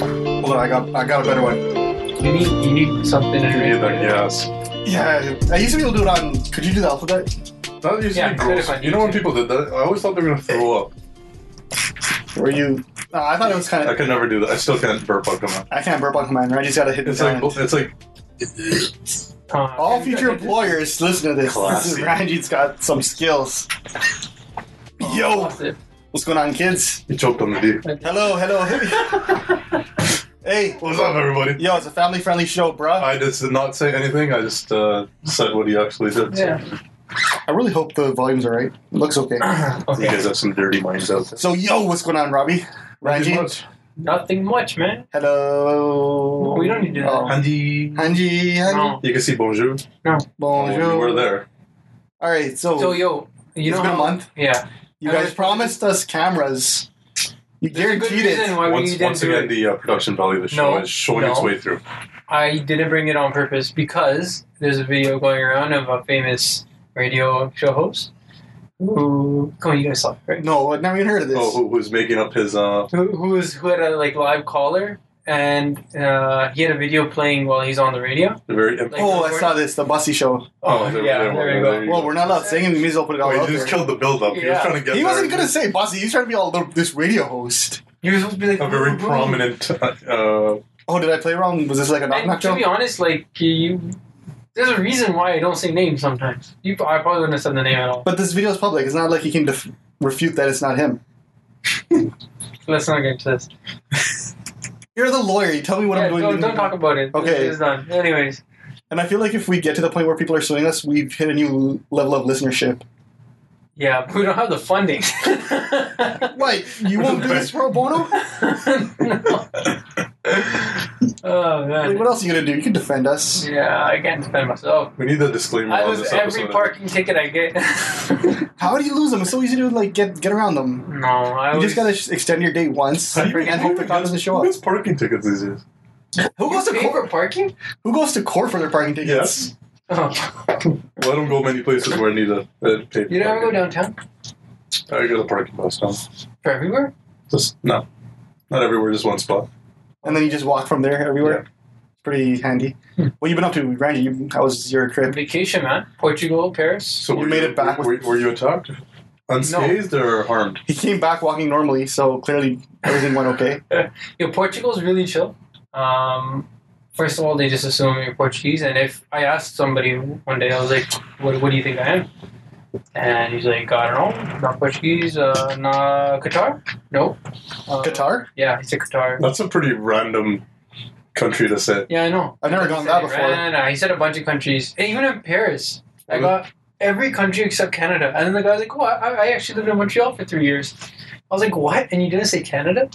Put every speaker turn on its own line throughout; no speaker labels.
I got I got a better one.
You need, you need something
Yeah, but
underneath.
yes.
Yeah, I used to be able to do it on. Could you do the alphabet?
That used
Yeah,
to
I
be
could
gross.
if I
You know when
need to.
people did that? I always thought they were gonna throw up.
Were you? Uh, I thought it was kind
I
of.
could never do that. I still can't burp on command.
I can't burp on command. Right? I just gotta hit the
It's like
button.
it's like
Uh,
All future employers, listen to this. This is
Classy.
Randy's got some skills. Yo, what's going on, kids?
you choked on the D.
Hello, hello. hey,
What's up, everybody?
yo, it's a family-friendly show, bruh.
I just did not say anything. I just uh, said what he actually did. so
Yeah.
I really hope the volume's all right. Looks okay.
You
Okay.
guys have some dirty minds out there.
So, yo, what's going on, Robbie? Ranji?
Much.
Nothing much, man.
Hello.
No, we don't need to do that.
Oh.
Andy.
Hanji, Hanji.
No.
You can see bonjour.
Bonjour.
Oh, You were there.
All right, so,
So yo, you
It's
know
been a
how-
month.
Yeah.
you
I
guys
was-
promised us cameras. You
There's a good
guaranteed
reason
it.
why we
Once,
didn't
once
do
again,
it.
the uh, production value of the show
No,
is showing its
no.
way through.
I didn't bring it on purpose because there's a video going around of a famous radio show host who. Come on, you guys saw it, right?
No, I've never even heard of this.
Oh, who, who's making up his uh?
Who who was who had a like live caller and uh, he had a video playing while he's on the radio.
The very.
Like-
Oh, I saw this, the Bussy show.
Oh, there-
yeah,
there-
there,
there-
you
there
go.
you
Well, we're not allowed singing. We may as well put it all
oh,
out
he just
there.
killed the build-up. He was
Yeah.
trying to get.
He
there.
wasn't gonna say Bussy. He was trying to be all the, this radio host.
You're supposed to be like
a very
"Ooh, ooh."
prominent. Uh,
Oh, did I play wrong? Was this like a knock
And
knock
to
show?
be honest, like you, there's a reason why I don't say names sometimes. You, I probably wouldn't have said the name at all.
But this video is public. It's not like he can def- refute that it's not him.
Let's not get into this.
You're the lawyer. You tell me what
Yeah,
I'm doing.
don't, don't talk about it.
Okay.
it's done. Anyways,
And I feel like if we get to the point where people are suing us, we've hit a new level of listenership.
yeah, but we don't have the funding.
Wait, you won't do this pro bono?
No. Oh
Like,
man.
what else are you gonna do? You can defend us.
Yeah, I can't defend myself.
we need a disclaimer
I
on
lose
this
every
episode.
parking ticket I get.
How do you lose them? It's so easy to like get get around them.
no, I
You
always,
just gotta sh- extend your date once
How do
and
you even-
hope the cop doesn't show
Who
up.
gets parking tickets these days?
Who goes to
pay
court?
for parking?
Who goes to court for their parking tickets?
Yes.
Oh.
Well, I don't go many places where I need a, a paid
You don't ever go
parking.
downtown
I go to parking bus now.
for everywhere?
Just no, not everywhere. Just one spot.
And then you just walk from there everywhere. It's pretty handy.
Hmm.
What you been up to, Randy? You, how was your trip?
Vacation, man. Portugal, Paris.
So
You
were
made it back with-
Were, were you attacked, unscathed, or harmed?
He came back walking normally, so clearly everything went okay.
Yeah, Portugal's really chill. Um, first of all, they just assume you're Portuguese, and if I asked somebody one day, I was like, "What, what do you think I am?" And he's like, "I don't know, not Portuguese, uh, not Qatar, no." Uh,
Qatar?
Yeah, he's a Qatar.
That's a pretty random country to say.
Yeah, I know.
I've never
He
gone
said
that before.
Iran, uh, he said a bunch of countries, and even in Paris. I
Really?
got every country except Canada, and then the guy's like, "Oh, I, I actually lived in Montreal for three years." I was like, "What?" And you didn't say Canada?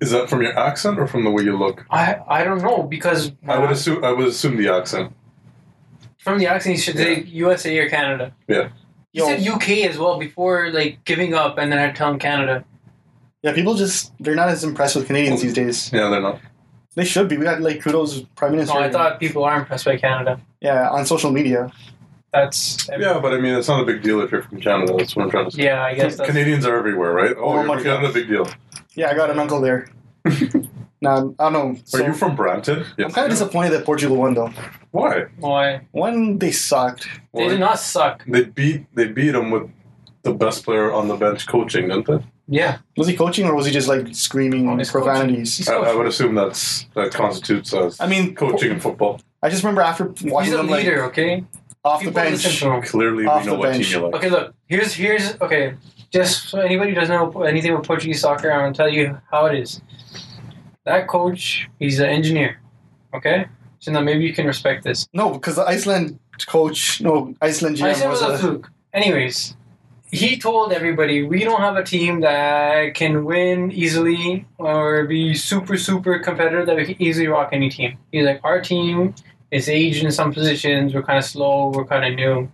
Is that from your accent or from the way you look?
I I don't know because
I would assume. I would assume the accent.
From the accent, you should say USA or Canada.
Yeah.
You said UK as well before, like giving up, and then I tell him Canada.
Yeah, people just they're not as impressed with Canadians these days.
Yeah, they're not.
They should be. We got like Trudeau's prime minister.
No, I thought people are impressed by Canada.
yeah, on social media.
That's
Yeah, but I mean, it's not a big deal if you're from Canada. That's what I'm trying to say.
yeah. I guess that's
Canadians are everywhere, right?
Oh,
Oh, you're
my
from Canada, big deal.
Yeah, I got an uncle there. now I don't know. So,
Are you from Brampton?
I'm kind of disappointed that Portugal won though.
Why?
why
One, they sucked.
they
Well,
did not suck.
they beat they beat him with the best player on the bench coaching, didn't they?
Yeah,
Was he coaching or was he just like screaming
Oh, he's coaching.
profanities?
he's,
I, I
coach.
would assume that's that constitutes as
I mean,
coaching in football.
I just remember after
he's
watching
a
them like
leader. okay,
off the
People listen
bench.
to him.
Clearly,
Off
we know
the
what
bench.
team you like.
Okay, look here's here's okay. Just so anybody who doesn't know anything about Portuguese soccer, I'm gonna tell you how it is. That coach, he's an engineer. Okay, so now maybe you can respect this.
No, because the Iceland coach, no, Iceland GM
I said it
was
was a
a,
fluke. Anyways, he told everybody we don't have a team that can win easily or be super super competitive that we can easily rock any team. He's like, our team is aged in some positions. We're kind of slow. We're kind of new.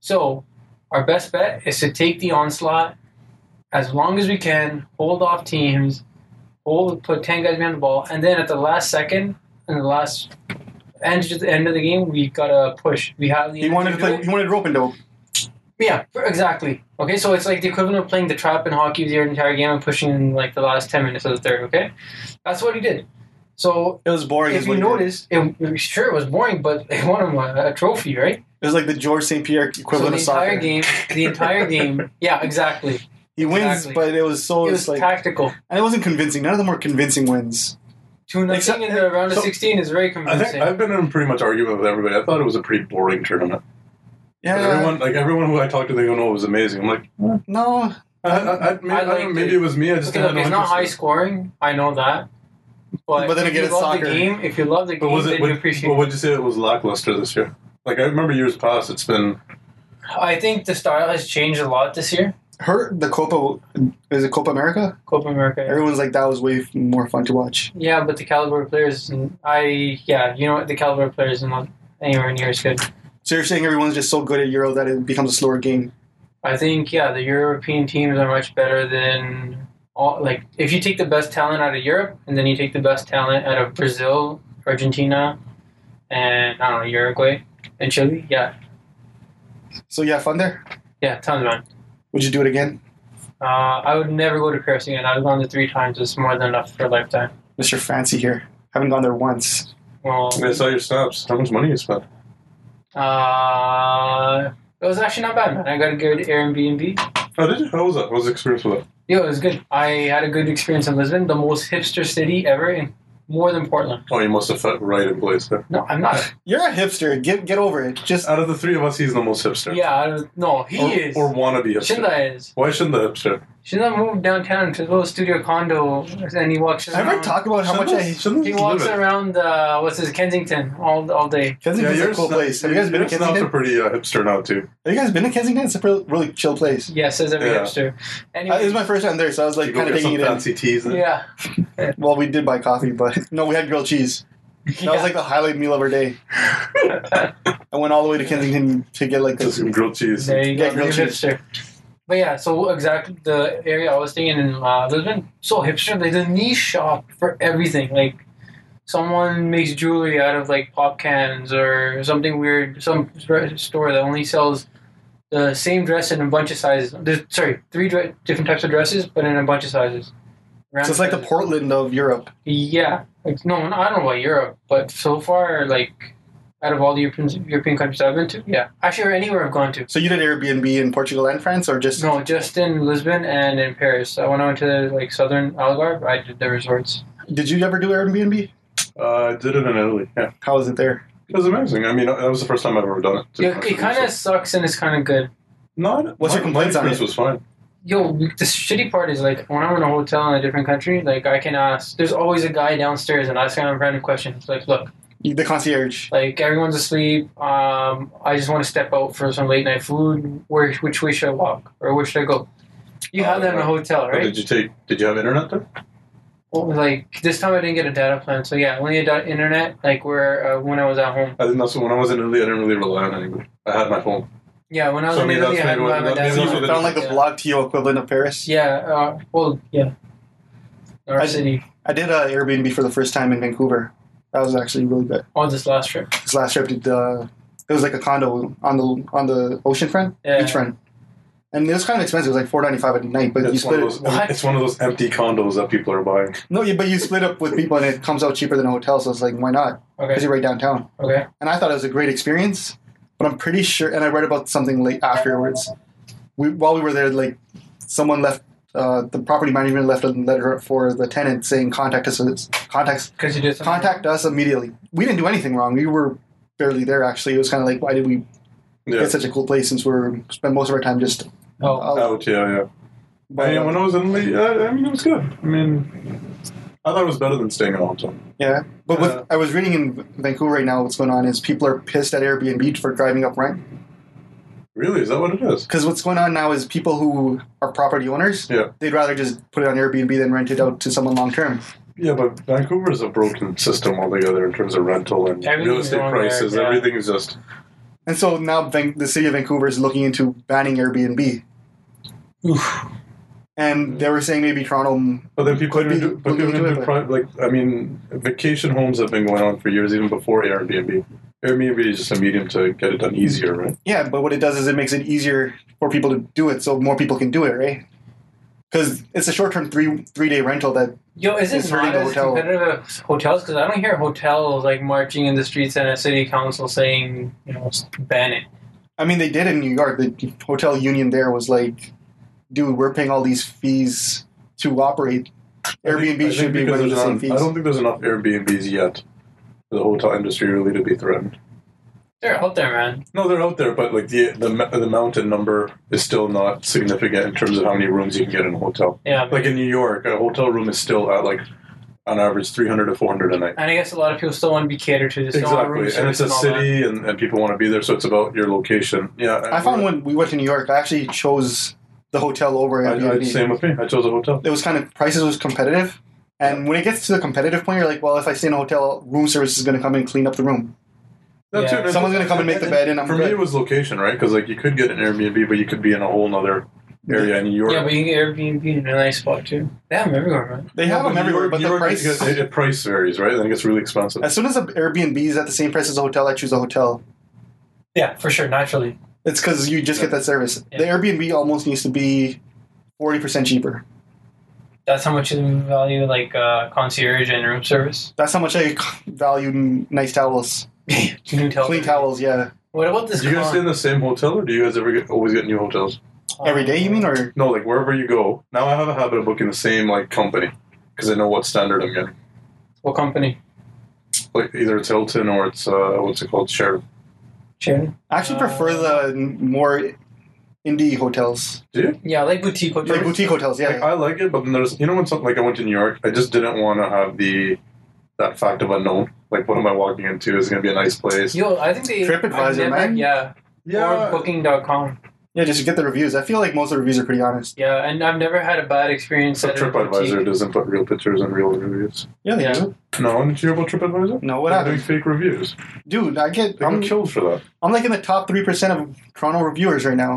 So our best bet is to take the onslaught as long as we can, hold off teams, hold put ten guys behind the ball, and then at the last second and the last. And at the end of the game, we gotta push. We have the
he wanted to
energy do
play.
it.
He wanted rope and dope.
Yeah, for- exactly. Okay, so it's like the equivalent of playing the trap in hockey the entire game and pushing in like the last ten minutes of the third. Okay, that's what he did. So
It was boring.
if
is
you
what he did.
notice, it, sure it was boring, but they won him a, a trophy, right?
it was like the George St. Pierre
so
equivalent
the
of soccer.
entire game, the entire game, yeah, exactly.
he wins,
exactly.
but it was so
it
it's
was
like,
tactical.
and it wasn't convincing. None of them were convincing wins.
Two nothing
Except-
in the round
so-
of sixteen is very
I think
convincing.
I've been in pretty much argument with everybody. I thought it was a pretty boring tournament.
Yeah,
Everyone, like everyone who I talked to, they go, "No, it was amazing." I'm like,
no,
I, I, I, maybe,
I
I don't know,
liked
maybe
it.
it was me. I just
okay,
didn't
look,
have no
it's not
interest in
high
it.
scoring. I know that. But,
But then
if
again,
you
it's
love
soccer.
the game, if you love the
But
game,
was it?
then
What,
you appreciate.
but would you say it was lackluster this year? Like I remember years past, it's been
it. I think the style has changed a lot this year.
hurt the Copa. Is it Copa America?
Copa America.
Everyone's like that was way f- more fun to watch.
Yeah, but the caliber of players, I yeah, you know what, the caliber of players is not anywhere near as good.
So you're saying everyone's just so good at Euro that it becomes a slower game.
I think yeah, the European teams are much better than all. Like if you take the best talent out of Europe and then you take the best talent out of Brazil, Argentina, and I don't know Uruguay and Chile. Yeah,
So yeah, fun there.
yeah, tons man.
Would you do it again,
Uh, I would never go to Paris again. I've gone there three times. It's more than enough for a lifetime.
Mister Fancy? Here, haven't gone there once.
Well,
I saw your snaps. How much money you spent?
uh, it was actually not bad, man. I got a good Airbnb.
Oh, did you? How was that? What was the experience with it?
Yeah, it was good. I had a good experience in Lisbon, the most hipster city ever, in more than Portland.
Oh, you must have felt right in place there.
No, I'm not.
You're a hipster. Get get over it. Just uh,
Out of the three of us, he's the most hipster.
Yeah, I don't- no, he
or,
is.
Or wannabe hipster.
Shinda is.
Why shouldn't the hipster?
Shinda moved downtown to a little studio condo, and he walks
I
around.
ever talk about how much
Shouldn't-
I.
shouldn't
He
live
walks
it?
around, uh, what's his, Kensington, all all day.
Kensington's
your
a cool
snap-
place. Have you guys been
your
to
snaps
Kensington?
are pretty uh, hipster now too.
Have you guys been to Kensington? It's a pre- really chill place.
Yeah, says every
Yeah.
Uh,
hipster.
it was
Anyway,
my first time there, so I was like
you go
kind of
get
taking
some
it in.
fancy teas. and-
yeah.
Well, we did buy coffee, but no, we had grilled cheese. That was like the highlight meal of our day. I went all the way to Kensington to get like
Just
this.
some grilled cheese.
There you go,
Yeah,
real
grilled cheese.
hipster. But yeah, so exactly the area I was staying in uh, Lisbon, so hipster. There's a niche shop for everything. Like someone makes jewelry out of like pop cans or something weird. Some r- store that only sells the same dress in a bunch of sizes. There's, sorry, three dre- different types of dresses, but in a bunch of sizes.
So it's like the
Random sizes.
Portland of Europe.
Yeah, like no, I don't know about Europe, but so far, like out of all the European European countries I've been to, yeah, actually, or anywhere I've gone to.
So you did Airbnb in Portugal and France, or just
No, just in Lisbon and in Paris. So when I went to like southern Algarve, I did the resorts.
did you ever do Airbnb?
Uh, I did it in Italy. Yeah,
How was it there?
it was amazing. I mean, that was the first time I've ever done it. to be
It,
honest
it
with you,
kind of
so-
sucks and it's kind of good.
Not.
What's
my,
your complaints
my
on it?
experience was fine.
Yo, the shitty part is like when I'm in a hotel in a different country, like I can ask. There's always a guy downstairs and asking him random questions. Like, look,
You- The concierge.
like everyone's asleep. Um, I just want to step out for some late night food. Where, which way should I walk or where should I go? You have that in a hotel,
But
right?
Did you take? Did you have internet there?
Well, like this time I didn't get a data plan, so yeah, only a da- internet. Like where uh, when I was at home.
I think that's when I was in Italy. I didn't really rely on anybody. I had my phone.
Yeah, when I was
So
in
maybe
Italy, I
that's
had
maybe
my,
what-
my
maybe
dad's
that's
So
phone.
you
what
found like the
Yeah.
Block TO equivalent of Paris.
Yeah, uh, well, yeah. Our
I-
city.
I did uh, Airbnb for the first time in Vancouver. That was actually really good.
On this last trip.
This last trip, did, uh, it was like a condo on the on the ocean front,
Yeah.
beach front, and it was kind of expensive. It was like four ninety five a night, but you
It's one,
split
of
it.
those,
What?
it's one of those empty condos that people are buying.
No, yeah, but you split up with people and it comes out cheaper than a hotel, so it's like, why not? Because
Okay.
you're right downtown.
Okay.
And I thought it was a great experience, but I'm pretty sure, and I read about something late afterwards. We, while we were there, like, someone left, uh, the property management left a letter for the tenant saying, contact us, contact,
Because you did something.
contact us immediately. We didn't do anything wrong. We were barely there, actually. It was kind of like, why did we
Yeah.
get such a cool place since we're, spend most of our time just uh,
Oh.
out?
Out. Yeah, yeah.
But,
I mean, when
uh,
I was in Italy, uh, I mean, it was good. I mean, I thought it was better than staying at home. so.
yeah. But with,
uh,
I was reading in Vancouver right now what's going on is people are pissed at Airbnb for driving up rent.
Really, is that what it is?
Because what's going on now is people who are property owners,
Yeah.
they'd rather just put it on Airbnb than rent it out to someone long term.
Yeah, but Vancouver is a broken system altogether in terms of rental and
Everything's
real estate
wrong there,
prices.
yeah.
Everything is just
And so now Van- the city of Vancouver is looking into banning Airbnb.
Oof.
And they were saying maybe Toronto. mm,
But then people
Could
even
be
do, but people
looking into
even
it,
do pri- like I mean, vacation homes have been going on for years, even before Airbnb. Airbnb is just a medium to get it done easier, right?
Yeah, but what it does is it makes it easier for people to do it, so more people can do it, right? Because it's a short term three three day rental that
Yo, is
It's
it
hurting
not
the
as
hotel.
competitive as hotels? Because I don't hear hotels like marching in the streets and a city council saying, you know, s- ban it.
I mean, they did in New York. The hotel union there was like, dude, we're paying all these fees to operate. Airbnb
I think
should be
because
running the
there's
same
not-
fees.
I don't think there's enough Airbnbs yet for the hotel industry really to be threatened.
They're out there, man.
No, they're out there, but like the the ma- the mountain number is still not significant in terms of how many rooms you can get in a hotel.
Yeah.
Like in New York, a hotel room is still at like on average 300 to 400 a night.
and I guess a lot of people still want to be catered to. They still want room
Exactly, and
service
it's a
all that.
city, and, and people want to be there, so it's about your location. Yeah,
I found when we went to New York, I actually chose the hotel over
I, I,
Airbnb.
same with me. I chose a hotel.
it was kind of prices was competitive, and when it gets to the competitive point, you're like, well, if I stay in a hotel, room service is going to come and clean up the room.
That's
Yeah.
it.
Someone's gonna come and make the bed and I'm
For me,
good.
it was location, right? Because like you could get an Airbnb, but you could be in a whole other area in New York.
Yeah, but you can get Airbnb in a nice spot too. They have them everywhere, man.
They have them
New
everywhere,
York-
but the
New York
price.
is- it, it price varies, right? Then it gets really expensive.
As soon as an Airbnb is at the same price as a hotel, I choose a hotel.
Yeah, for sure, naturally.
It's because you just get that service.
Yeah.
The Airbnb almost needs to be forty percent cheaper.
That's how much you value like uh, concierge and room service.
That's how much I value n- nice towels,
Clean towels.
clean towels. Yeah,
What about this?
do you guys
con-
stay in the same hotel, or do you guys ever get, always get new hotels?
Oh,
every day you mean or
No, like wherever you go. Now I have a habit of booking the same like company because I know what standard I'm getting.
what company?
Like either it's Hilton or it's uh, what's it called, Sheraton.
Sheridan.
I actually prefer the n- more indie hotels,
Yeah, like boutique hotels.
like boutique hotels.
Like, uh,
Yeah,
I like it, but then there's you know when something like I went to New York, I just didn't want to have the that fact of unknown. Like what am I walking into? Is it gonna be a nice place?
Yo, I think they
TripAdvisor,
I've never-
man.
Yeah, or Booking.com.
yeah. Just get the reviews. I feel like most of the reviews are pretty honest.
Yeah, and I've never had a bad experience.
Except
at a
TripAdvisor
boutique.
doesn't put real pictures and real reviews.
Yeah, they
Yeah.
do.
No, did you hear about TripAdvisor?
No, what
They're doing
happened,
fake reviews.
dude? I get.
They got
I'm,
killed for that.
I'm like in the top three percent of Toronto reviewers right now.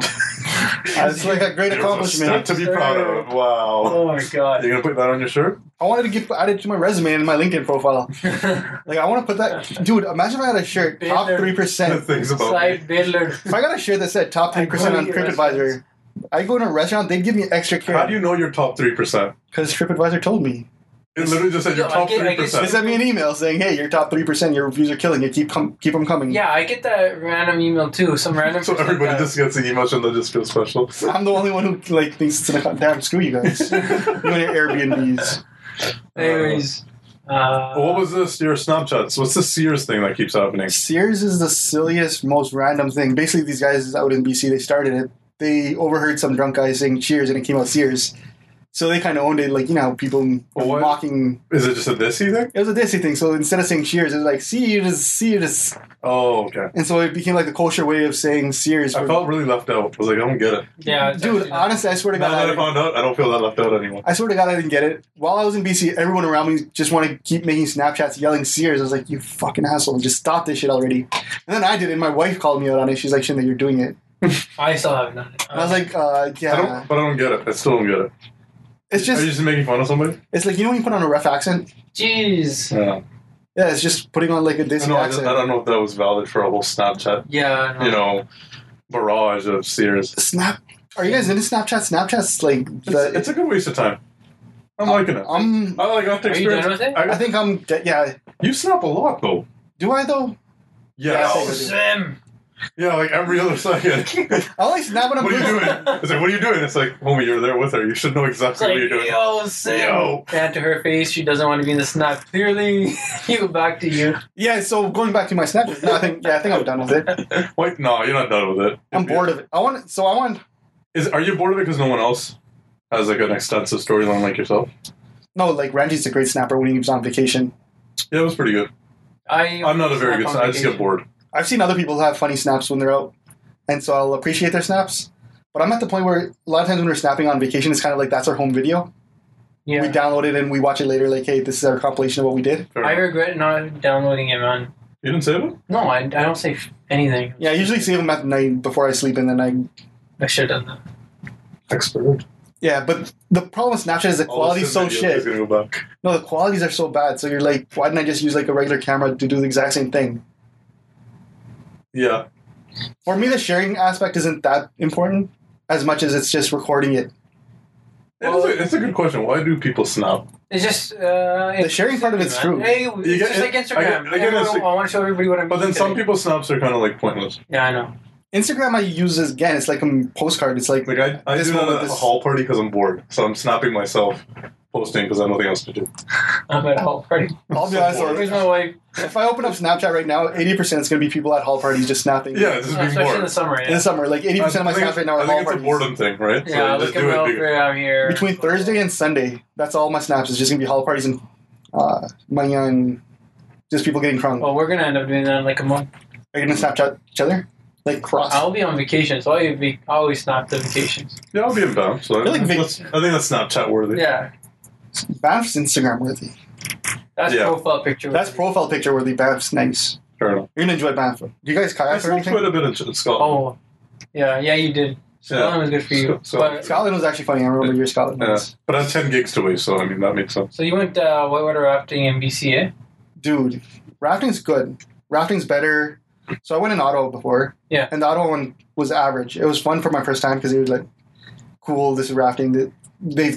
It's like a great
There's a stat
accomplishment.
to be proud of. Wow.
Oh my
You're
god.
gonna put that on your shirt?
I wanted to get added to my resume and my LinkedIn profile.
Slide
Like I want to put that, dude. Imagine if I had a shirt
Been
top
there.
three
The
percent.
things about me.
Bidler.
If I got a shirt that said top
I
three
go
percent
to
on
your
TripAdvisor,
restaurants.
I go in a restaurant, they give me extra
How do
care
you know your top three percent?
because TripAdvisor told me.
It literally just said your
Yo, I
top
get- I
three
get-
They
percent.
sent me an email saying, "Hey, your top three percent, your reviews are killing you. Keep com- keep them coming."
Yeah, I get that random email too. Some random.
So
person
everybody
that-
just gets an email and they just feel special.
I'm the only one who like thinks it's like damn screw you guys. you and your Airbnbs.
Anyways, uh,
Well, what was this? Your Snapchats? What's the Sears thing that keeps happening?
Sears is the silliest, most random thing. Basically, these guys out in BC, they started it. They overheard some drunk guy saying "Cheers" and it came out Sears. So they kind of owned it, like you know, how people
But what-
mocking.
Is it just a thisy thing?
It was a dissy thing. So instead of saying "Cheers," it was like "Sears, Sears."
Oh, okay.
And so it became like a culture way of saying Sears.
I
for-
felt really left out. I was like, I don't get it.
yeah, it's
dude,
actually not-
honestly, I swear to
Now
God,
that I
I,
found out, I don't feel that left out anymore.
I swear to God, I didn't get it. While I was in BC, everyone around me just wanted to keep making Snapchats, yelling Sears. I was like, you fucking asshole, just stop this shit already. And then I did it. and My wife called me out on it. She's like, Shinda, you're doing it.
I still haven't done it.
And I was like, uh,
I
yeah.
don't, but I don't get it. I still don't get it.
It's
Are you
just,
just making fun of somebody?
it's like you know when you put on a rough accent.
jeez.
Yeah.
Yeah, it's just putting on like a
I,
Disney
know, I, just,
accent.
I don't know if that was valid for a whole Snapchat,
Yeah, no.
you know, barrage of Sears.
Snap. Are you guys into Snapchat? Snapchat's like
It's,
the.
it's a good waste of time. I'm liking it.
I'm.
I like I have to
Are you
experience.
done with it?
I
I
got-
think I'm. de- Yeah.
you snap a lot though.
Do I though?
Yes.
Oh,
I
Yeah,
do.
Sim.
like every other second.
I like snap when I'm
what are you
doing-
doing? It's like, what are you doing? It's like, homie, you're there with her. You should know
It's
exactly
like,
what you're doing.
yo, Sim.
Yo.
And to her face, she doesn't want to be in the snap. Clearly, you back to you.
Yeah, so going back to my Snapchat, no, I think yeah, I think I'm done with it.
Wait, no, you're not done with it.
I'm bored of it. I want so I want
Is are you bored of it because no one else has like an extensive storyline like yourself?
no like Ranji's a great snapper when he was on vacation.
Yeah, it was pretty good.
I.
I'm not a very good.
snap
sna-
on
I just get
vacation.
bored.
I've seen other people have funny snaps when they're out, and so I'll appreciate their snaps. But I'm at the point where a lot of times when we're snapping on vacation, it's kind of like that's our home video.
Yeah.
We download it and we watch it later. Like, hey, this is our compilation of what we did.
Fair
I
enough.
regret not downloading it, man.
you didn't save it.
No, I, I don't say f- anything.
Yeah, I usually save them at night before I sleep, and then I
I should have done that.
Expert.
yeah. But the problem with Snapchat is the quality's so
Oh, Is
shit.
gonna go back.
No, the qualities are so bad. So you're like, why didn't I just use like a regular camera to do the exact same thing?
Yeah.
for me the sharing aspect isn't that important as much as it's just recording it
It is a, it's a good question. Why do people snap?
It's just uh,
The sharing part of it's true.
Hey, it's
get-
just like
I
Instagram.
get- I get
Everyone-
it's-
I want to show everybody what I'm.
But then some people's snaps are kind of like pointless.
Yeah, I know.
Instagram I use as again. It's like a postcard. It's like
Like I, I
This
do
moment,
a
this-
hall party because I'm bored, so I'm snapping myself, posting because I have nothing else to do.
I'm at a hall party.
I'll be honest.
So
Where's
Like,
my wife?
if I open up Snapchat right now, eighty percent is going to be people at hall parties just snapping.
Yeah, it's just being
Especially in the
bored.
summer.
in
Yeah,
the summer, like eighty percent of my
I think
snaps right now
I
are
think
hall
it's
parties.
a boredom thing, right? So
yeah
you
look
just
at
do it bigger.
welfare. I'm here.
Between Thursday and Sunday, that's all my snaps is just going to be hall parties and uh, money on just people getting crunk.
Well, we're gonna end up doing that in like a month.
Are you going to Snapchat each other? Like cross.
I'll be on vacation, so I'll be I always snap the vacations.
Yeah, I'll be in Banff. So I,
Really big-
that's- I think that's Snapchat worthy.
Yeah,
Banff's Instagram worthy.
that's
Yeah.
profile picture.
That's profile picture worthy. Banff's nice.
Fair enough.
You're going to enjoy Banff. Do you guys
I
kayak or
snapped
anything?
quite a bit in Ch-
Oh,
Scotland.
yeah, yeah, you did. Scotland was good for you.
So- so-
but, so,
Scotland was actually funny. I remember your Scotland
Yeah.
ones.
But I have 10 gigs to waste, so I mean, that makes sense.
you went uh, whitewater rafting in BCA.
Dude, rafting's good. Rafting's better. So I went in Ottawa before.
Yeah.
And the Ottawa one was average. It was fun for my first time because it was like, cool, this is rafting. They- They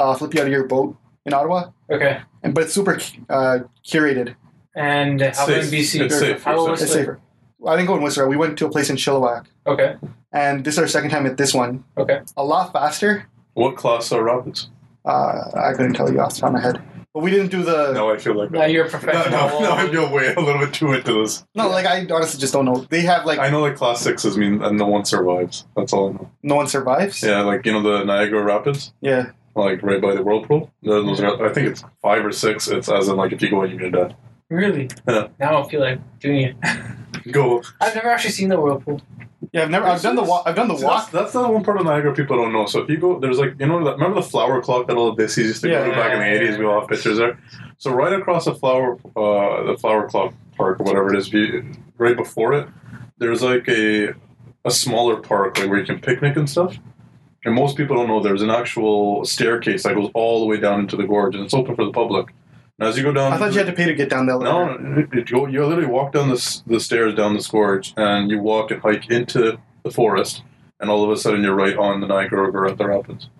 uh, flip you out of your boat in Ottawa.
Okay,
And, but it's super uh, curated.
and how about in
Safe.
BC?
It's safe.
How about
It's
It's
Whistler?
safer. I didn't go in Whistler. We went to a place in Chilliwack.
Okay,
And this is our second time at this one.
Okay.
A lot faster.
What class are rapids?
Uh, I couldn't tell you off the top of my head. But we didn't do the.
Now I feel like
now
that.
you're a
No,
professional.
no, no, I feel way a little bit too into this.
No, like, I honestly just don't know. They have, like,
I know that class sixes mean and no one survives. That's all I know.
no one survives.
Yeah, like you know the Niagara Rapids,
yeah.
like right by the whirlpool. Those those are, I think it's five or six. It's as in like if you go in, you're gonna
Really?
Yeah.
Now I feel like doing it.
die. Go.
I've never actually seen the whirlpool.
Yeah, I've never. I've done the walk. I've done the
See, that's,
walk.
that's the one part of Niagara people don't know. So if you go, there's like you know that remember the flower clock that all the Bissies used to
Yeah.
go to back in the eighties. We all have pictures there. So right across the flower, uh, the flower clock park or whatever it is, be- right before it, there's like a a smaller park like where you can picnic and stuff. And most people don't know there's an actual staircase that goes all the way down into the gorge, and it's open for the public. And as you go down,
I thought you had to pay to get down there.
no, no, you go- you literally walk down the, s- the stairs down this gorge, and you walk and hike into the forest, and all of a sudden you're right on the Niagara or at the rapids,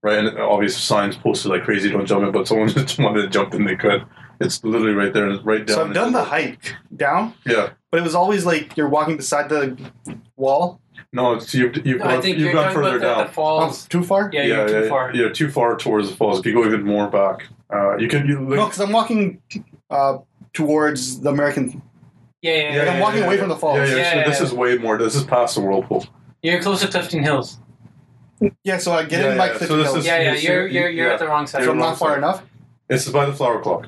right? And obvious signs posted like crazy, don't jump in, but someone just wanted to jump in, they could. It's literally right there, and it's right down.
So I've done the hike down,
Yeah,
but it was always like you're walking beside the wall.
no, it's, you've you've
I
gone,
think
you've
you're
gone
talking
further
about the-
down.
the falls.
Oh, too far?
yeah, you're too far.
yeah, too far towards the falls. If you go even more back, uh, you can you like,
No, because I'm walking uh, towards the American.
Yeah, yeah, yeah.
Like, I'm walking away from the falls.
Yeah, yeah,
Yeah,
so this
yeah.
is way more. This is past the whirlpool.
You're close to Clifton Hills.
Yeah, so I get
Yeah,
in by
yeah,
Clifton
so this
Hills.
is-
so
Yeah, yeah,
you-
you're you're, you're
yeah.
at the wrong side.
you're
I'm
wrong
not far
side.
enough.
This is by the flower clock.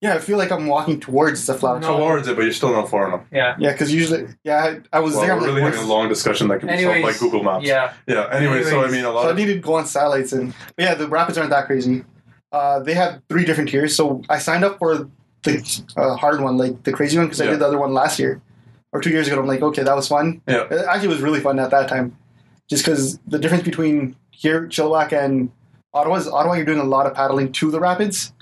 Yeah, I feel like I'm walking towards the flower.
No.
Towards it, but you're still not far enough.
Yeah.
Yeah, because usually, yeah, I, I was
Wow,
there. I'm
we're
like,
really
where's-
having a long discussion that can be solved
Anyways,
by Google Maps.
Yeah.
Yeah, Anyway, so I
Anyways.
mean, a
so I
lot. Of,
needed to go on satellites and but yeah, the rapids aren't that crazy. Uh, they have three different tiers, so I signed up for the uh, hard one, like the crazy one, because I
Yeah.
did the other one last year or two years ago. I'm like, okay, that was fun.
Yeah.
it actually was really fun at that time, just because the difference between here, Chilliwack, and Ottawa is Ottawa. You're doing a lot of paddling to the rapids.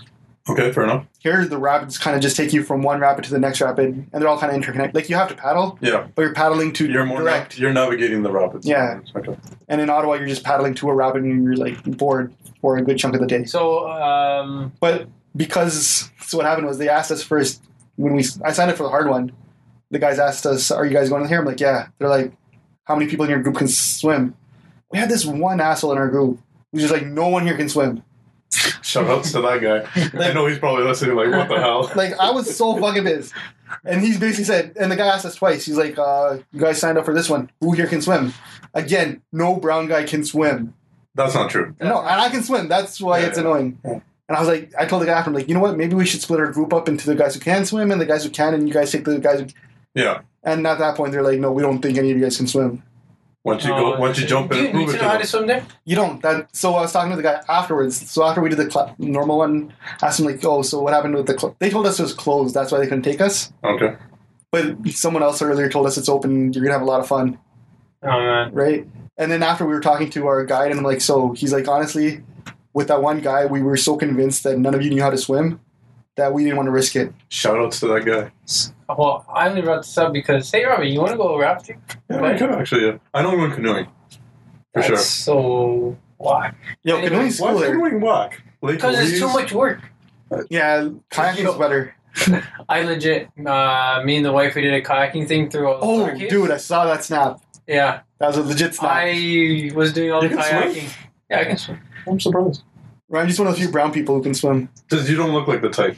okay, fair enough.
Here, the rapids kind of just take you from one rapid to the next rapid, and they're all kind of interconnected. Like you have to paddle,
Yeah,
but you're paddling to
you're more
direct.
nav- you're navigating the rapids.
Yeah.
Okay.
And in Ottawa, you're just paddling to a rapid, and you're like bored for a good chunk of the day.
So um,
But because so what happened was they asked us first when we I signed up for the hard one. The guys asked us, "Are you guys going here?" I'm like, "Yeah." They're like, "How many people in your group can swim?" We had this one asshole in our group who's just like, "No one here can swim."
Shout outs to that guy. I know he's probably listening. Like, what the hell?
Like I was so fucking pissed. And he's basically said, and the guy asked us twice. He's like, uh, "You guys signed up for this one. Who here can swim?" Again, no brown guy can swim.
That's not true.
No, and I can swim. That's why
Yeah,
it's
yeah.
annoying.
Yeah.
And I was like, I told the guy after, I'm like, you know what? Maybe we should split our group up into the guys who can swim and the guys who can, and you guys take the guys. Who...
Yeah.
And at that point, they're like, no, we don't think any of you guys can swim.
Once you
Oh,
go, once you jump
do
in,
you
and
need to
prove it to
know how to
them.
swim there?
You don't. That. So I was talking to the guy afterwards. So after we did the cl- normal one, asked him like, oh, so what happened with the? Cl-? They told us it was closed. That's why they couldn't take us.
Okay.
But someone else earlier told us it's open. You're gonna have a lot of fun.
Oh man.
right? And then after we were talking to our guide, and I'm like, so he's like, honestly, with that one guy, we were so convinced that none of you knew how to swim that we didn't want to risk it.
Shout outs to that guy.
Well, I only brought this up because hey, Robert, you want to go rafting?
uh, Yeah, I could actually. Yeah. I know I'm going canoeing. For
That's
sure.
So Why?
Yo,
Anyway,
canoeing's
Why is
cooler.
canoeing whack? Lake
Because it's too
Louise?
much work.
Yeah, kayaking's better.
I legit, uh, me and the wife, we did a kayaking thing through all the
Oh,
Star Keys.
dude, I saw that snap.
Yeah,
That was a legit snap.
I was doing all
You
the
can swim?
kayaking. Yeah, I can swim.
I'm surprised.
I'm just one of the few brown people who can swim.
Because you don't look like the type.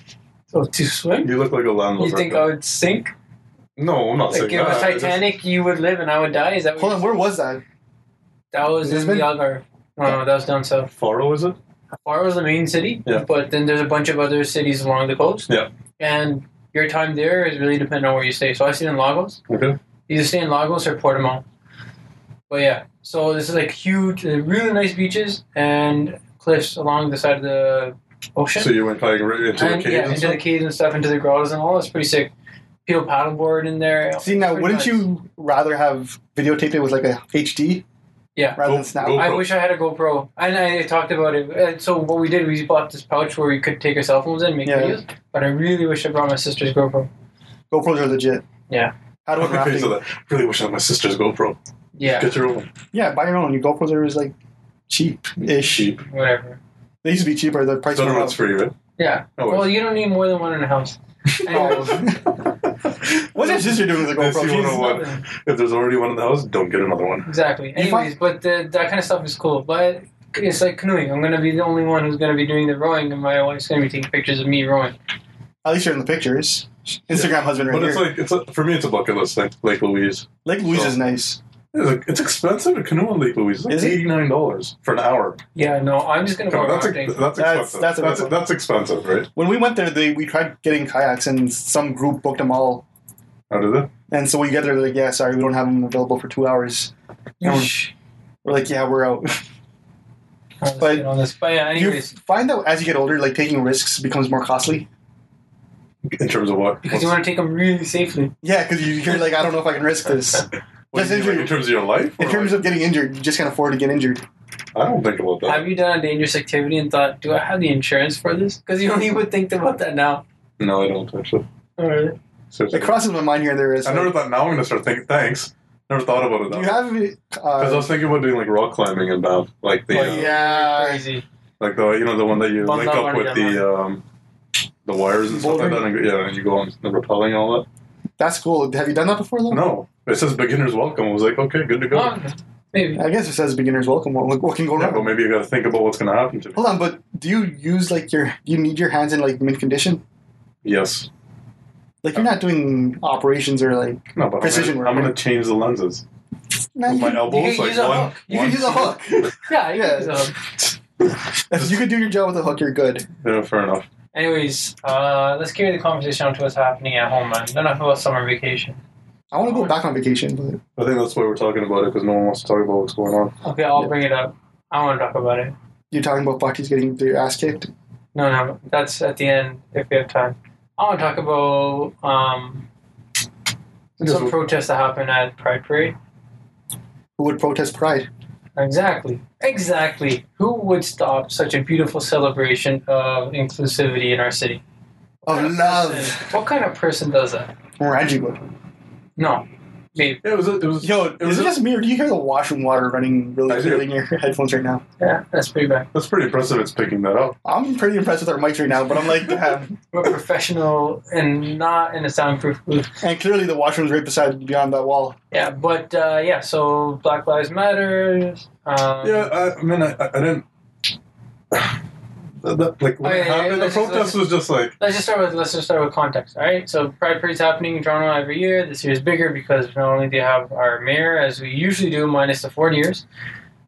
Oh, to swim?
You look like a
You
landlord.
think I would sink?
No, I'm not
Like
saying
if it was
that. I Uh, just-
Titanic, you would live and I would die? Is that
Hold
what
on,
you
where was that?
That was in
Lisbon?
the Algarve. No, no, that was down south.
Faro, is it?
Far was the main city,
Yeah.
but then there's a bunch of other cities along the coast.
Yeah.
And your time there is really dependent on where you stay. So I stayed in Lagos.
Okay.
Either stay in Lagos or Portimao. But yeah, so this is like huge, uh, really nice beaches and cliffs along the side of the ocean.
So you went like right into
and
the cave
Um, yeah,
and
into the
stuff?
caves and stuff, into the grottos and all. It's pretty sick. People paddleboard in there.
See, now,
Pretty
wouldn't
nice.
you rather have videotaped it with like a HD?
Yeah.
Rather than
Go-
snap?
go-
I
GoPro.
wish I had a GoPro. And I talked about it. And so what we did, we bought this pouch where we could take our cell phones in and make
Yeah.
videos. But I really wish I brought my sister's GoPro.
GoPros are legit.
Yeah.
How do
I'm
I
okay, so
rafting?
that. Really wish I had my sister's GoPro.
Yeah,
Get your own.
Yeah, buy your own. Your GoPros are just, like cheap ish.
Cheap.
whatever.
They used to be cheaper. The price
Don't know
went
if
up.
it's free, right?
Yeah.
Oh,
Well, you don't need more than one in a house. Anyway,
Oh. What's your sister doing with a
That's
GoPro?
the
She's-
one. if there's already one in the house, don't get another one.
exactly.
You find-
Anyways, but the, that kind of stuff is cool. But it's like canoeing. I'm gonna be the only one who's gonna be doing the rowing, and my wife's gonna be taking pictures of me rowing.
At least you're in the pictures. Instagram husband right
But
here.
it's
Like,
like, it's a, for me, it's a bucket list thing. Lake Louise.
Louise
so-
is nice.
It's, like- it's expensive. A canoe on Lake Louise is like
Is it?
$89 for an hour.
Yeah. No, I'm just gonna go
Come on, that's,
rafting.
ex- that's
Oh, That's-
expensive.
that's
That's,
a
that's,
good one.
expensive, right?
When we went there, they, we tried getting kayaks, and some group booked them all.
How did it?
And so we get there, they're like, yeah, sorry, we don't have them available for two hours.
Yeesh.
We're like, yeah, we're out.
I'll just
But-
get on this. But yeah.
Do you
Anyways,
find that as you get older, like taking risks becomes more costly?
In terms of what?
because you want to take them really safely.
Yeah, because you, you're like, I don't know if I can risk this.
What do you mean, like, in terms of your life?
In
or
terms
like-
of getting injured, you just can't afford to get injured.
I don't think about that.
Have you done a dangerous activity and thought, do I have the insurance for this? Because you only would think about that now.
No, I don't actually.
Oh, really?
Seriously.
It crosses my mind here and there. Is
I
like,
never thought. Now I'm gonna start thinking. Thanks. Never thought about it.
do
Though.
you have
Because I
uh,
was thinking about doing like rock climbing and that, like the,
Oh,
uh,
yeah
Crazy.
like the, you know, the one that you
Well,
link
not
up
already
with
done
the,
uh,
um, the wires and stuff like that, and, yeah, and you go on the rappelling and all
that's cool. Have you done that before though?
that. No, it says beginners welcome. I was like, okay, good to go.
Oh, maybe.
I guess it says beginners welcome. What, what can go
yeah,
wrong?
but maybe you got to think about what's gonna happen to me.
Hold on, but do you use like your do you need your hands in like mint condition?
Yes.
Like you're not doing operations or like
No, but
Precision
I'm
work,
gonna, I'm gonna
right?
change the lenses
nah,
with
you,
my
can,
can
elbows. like
use a
one,
hook.
you
one-
can use a hook.
Yeah, you
Yeah.
um, can use a hook.
If you could do your job with a hook, you're good.
Yeah, fair enough.
Anyways, uh, let's carry the conversation on to what's happening at home, man. Enough about summer vacation.
I want to go back on vacation, but
I think that's why we're talking about it because no one wants to talk about what's going on.
Okay, I'll
Yeah.
bring it up. I want to talk about it.
you're talking about Bucky's getting their ass kicked.
No, no, that's at the end if we have time. I want to talk about um, some protests that happened at Pride Parade.
Who would protest Pride?
Exactly. Exactly. Who would stop such a beautiful celebration of inclusivity in our city?
Of
kind
love.
person- what kind of person does that?
Ranji would.
No. Me.
Yeah, it was. It was.
Yo, is
was
it
a-
just me or do you hear the washroom water running really
I do.
really in your headphones right now?
Yeah, that's pretty bad.
That's pretty impressive. It's picking that up.
I'm pretty impressed with our mics right now, but I'm like, damn.
We're professional and not in a soundproof booth.
and clearly the washroom's right beside beyond that wall.
Yeah, but uh, yeah, so Black Lives Matter. Um,
Yeah, I, I mean, I, I I didn't. That- that- like when
Okay,
it happened, the
let's just-
protest was just like
Let's just start with let's just start with context. All right, so Pride Parade's happening in Toronto every year. This year is bigger because not only do you have our mayor, as we usually do, minus the four years.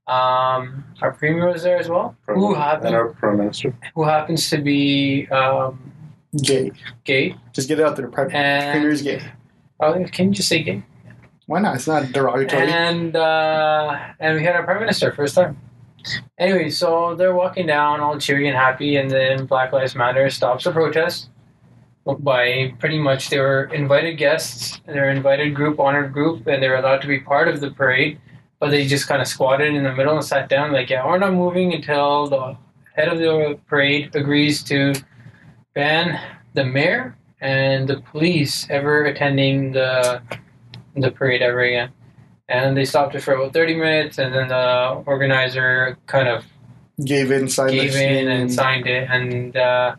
Um, our premier was there as well, who
and
happens
our prime minister.
who happens to be um,
Gay.
gay.
Just get it out there. Pride
And
Premier's gay.
oh, can you just say gay?
Why not? It's not derogatory.
And uh, and we had our prime minister first time. Anyway, so they're walking down all cheery and happy, and then Black Lives Matter stops the protest by pretty much they were invited guests, they're invited group, honored group, and they were allowed to be part of the parade, but they just kind of squatted in the middle and sat down like, yeah, we're not moving until the head of the parade agrees to ban the mayor and the police ever attending the the parade ever again. and they stopped it for about 30 minutes, and then the organizer kind of
Gave in, signed
gave
the-
in and signed it, and uh,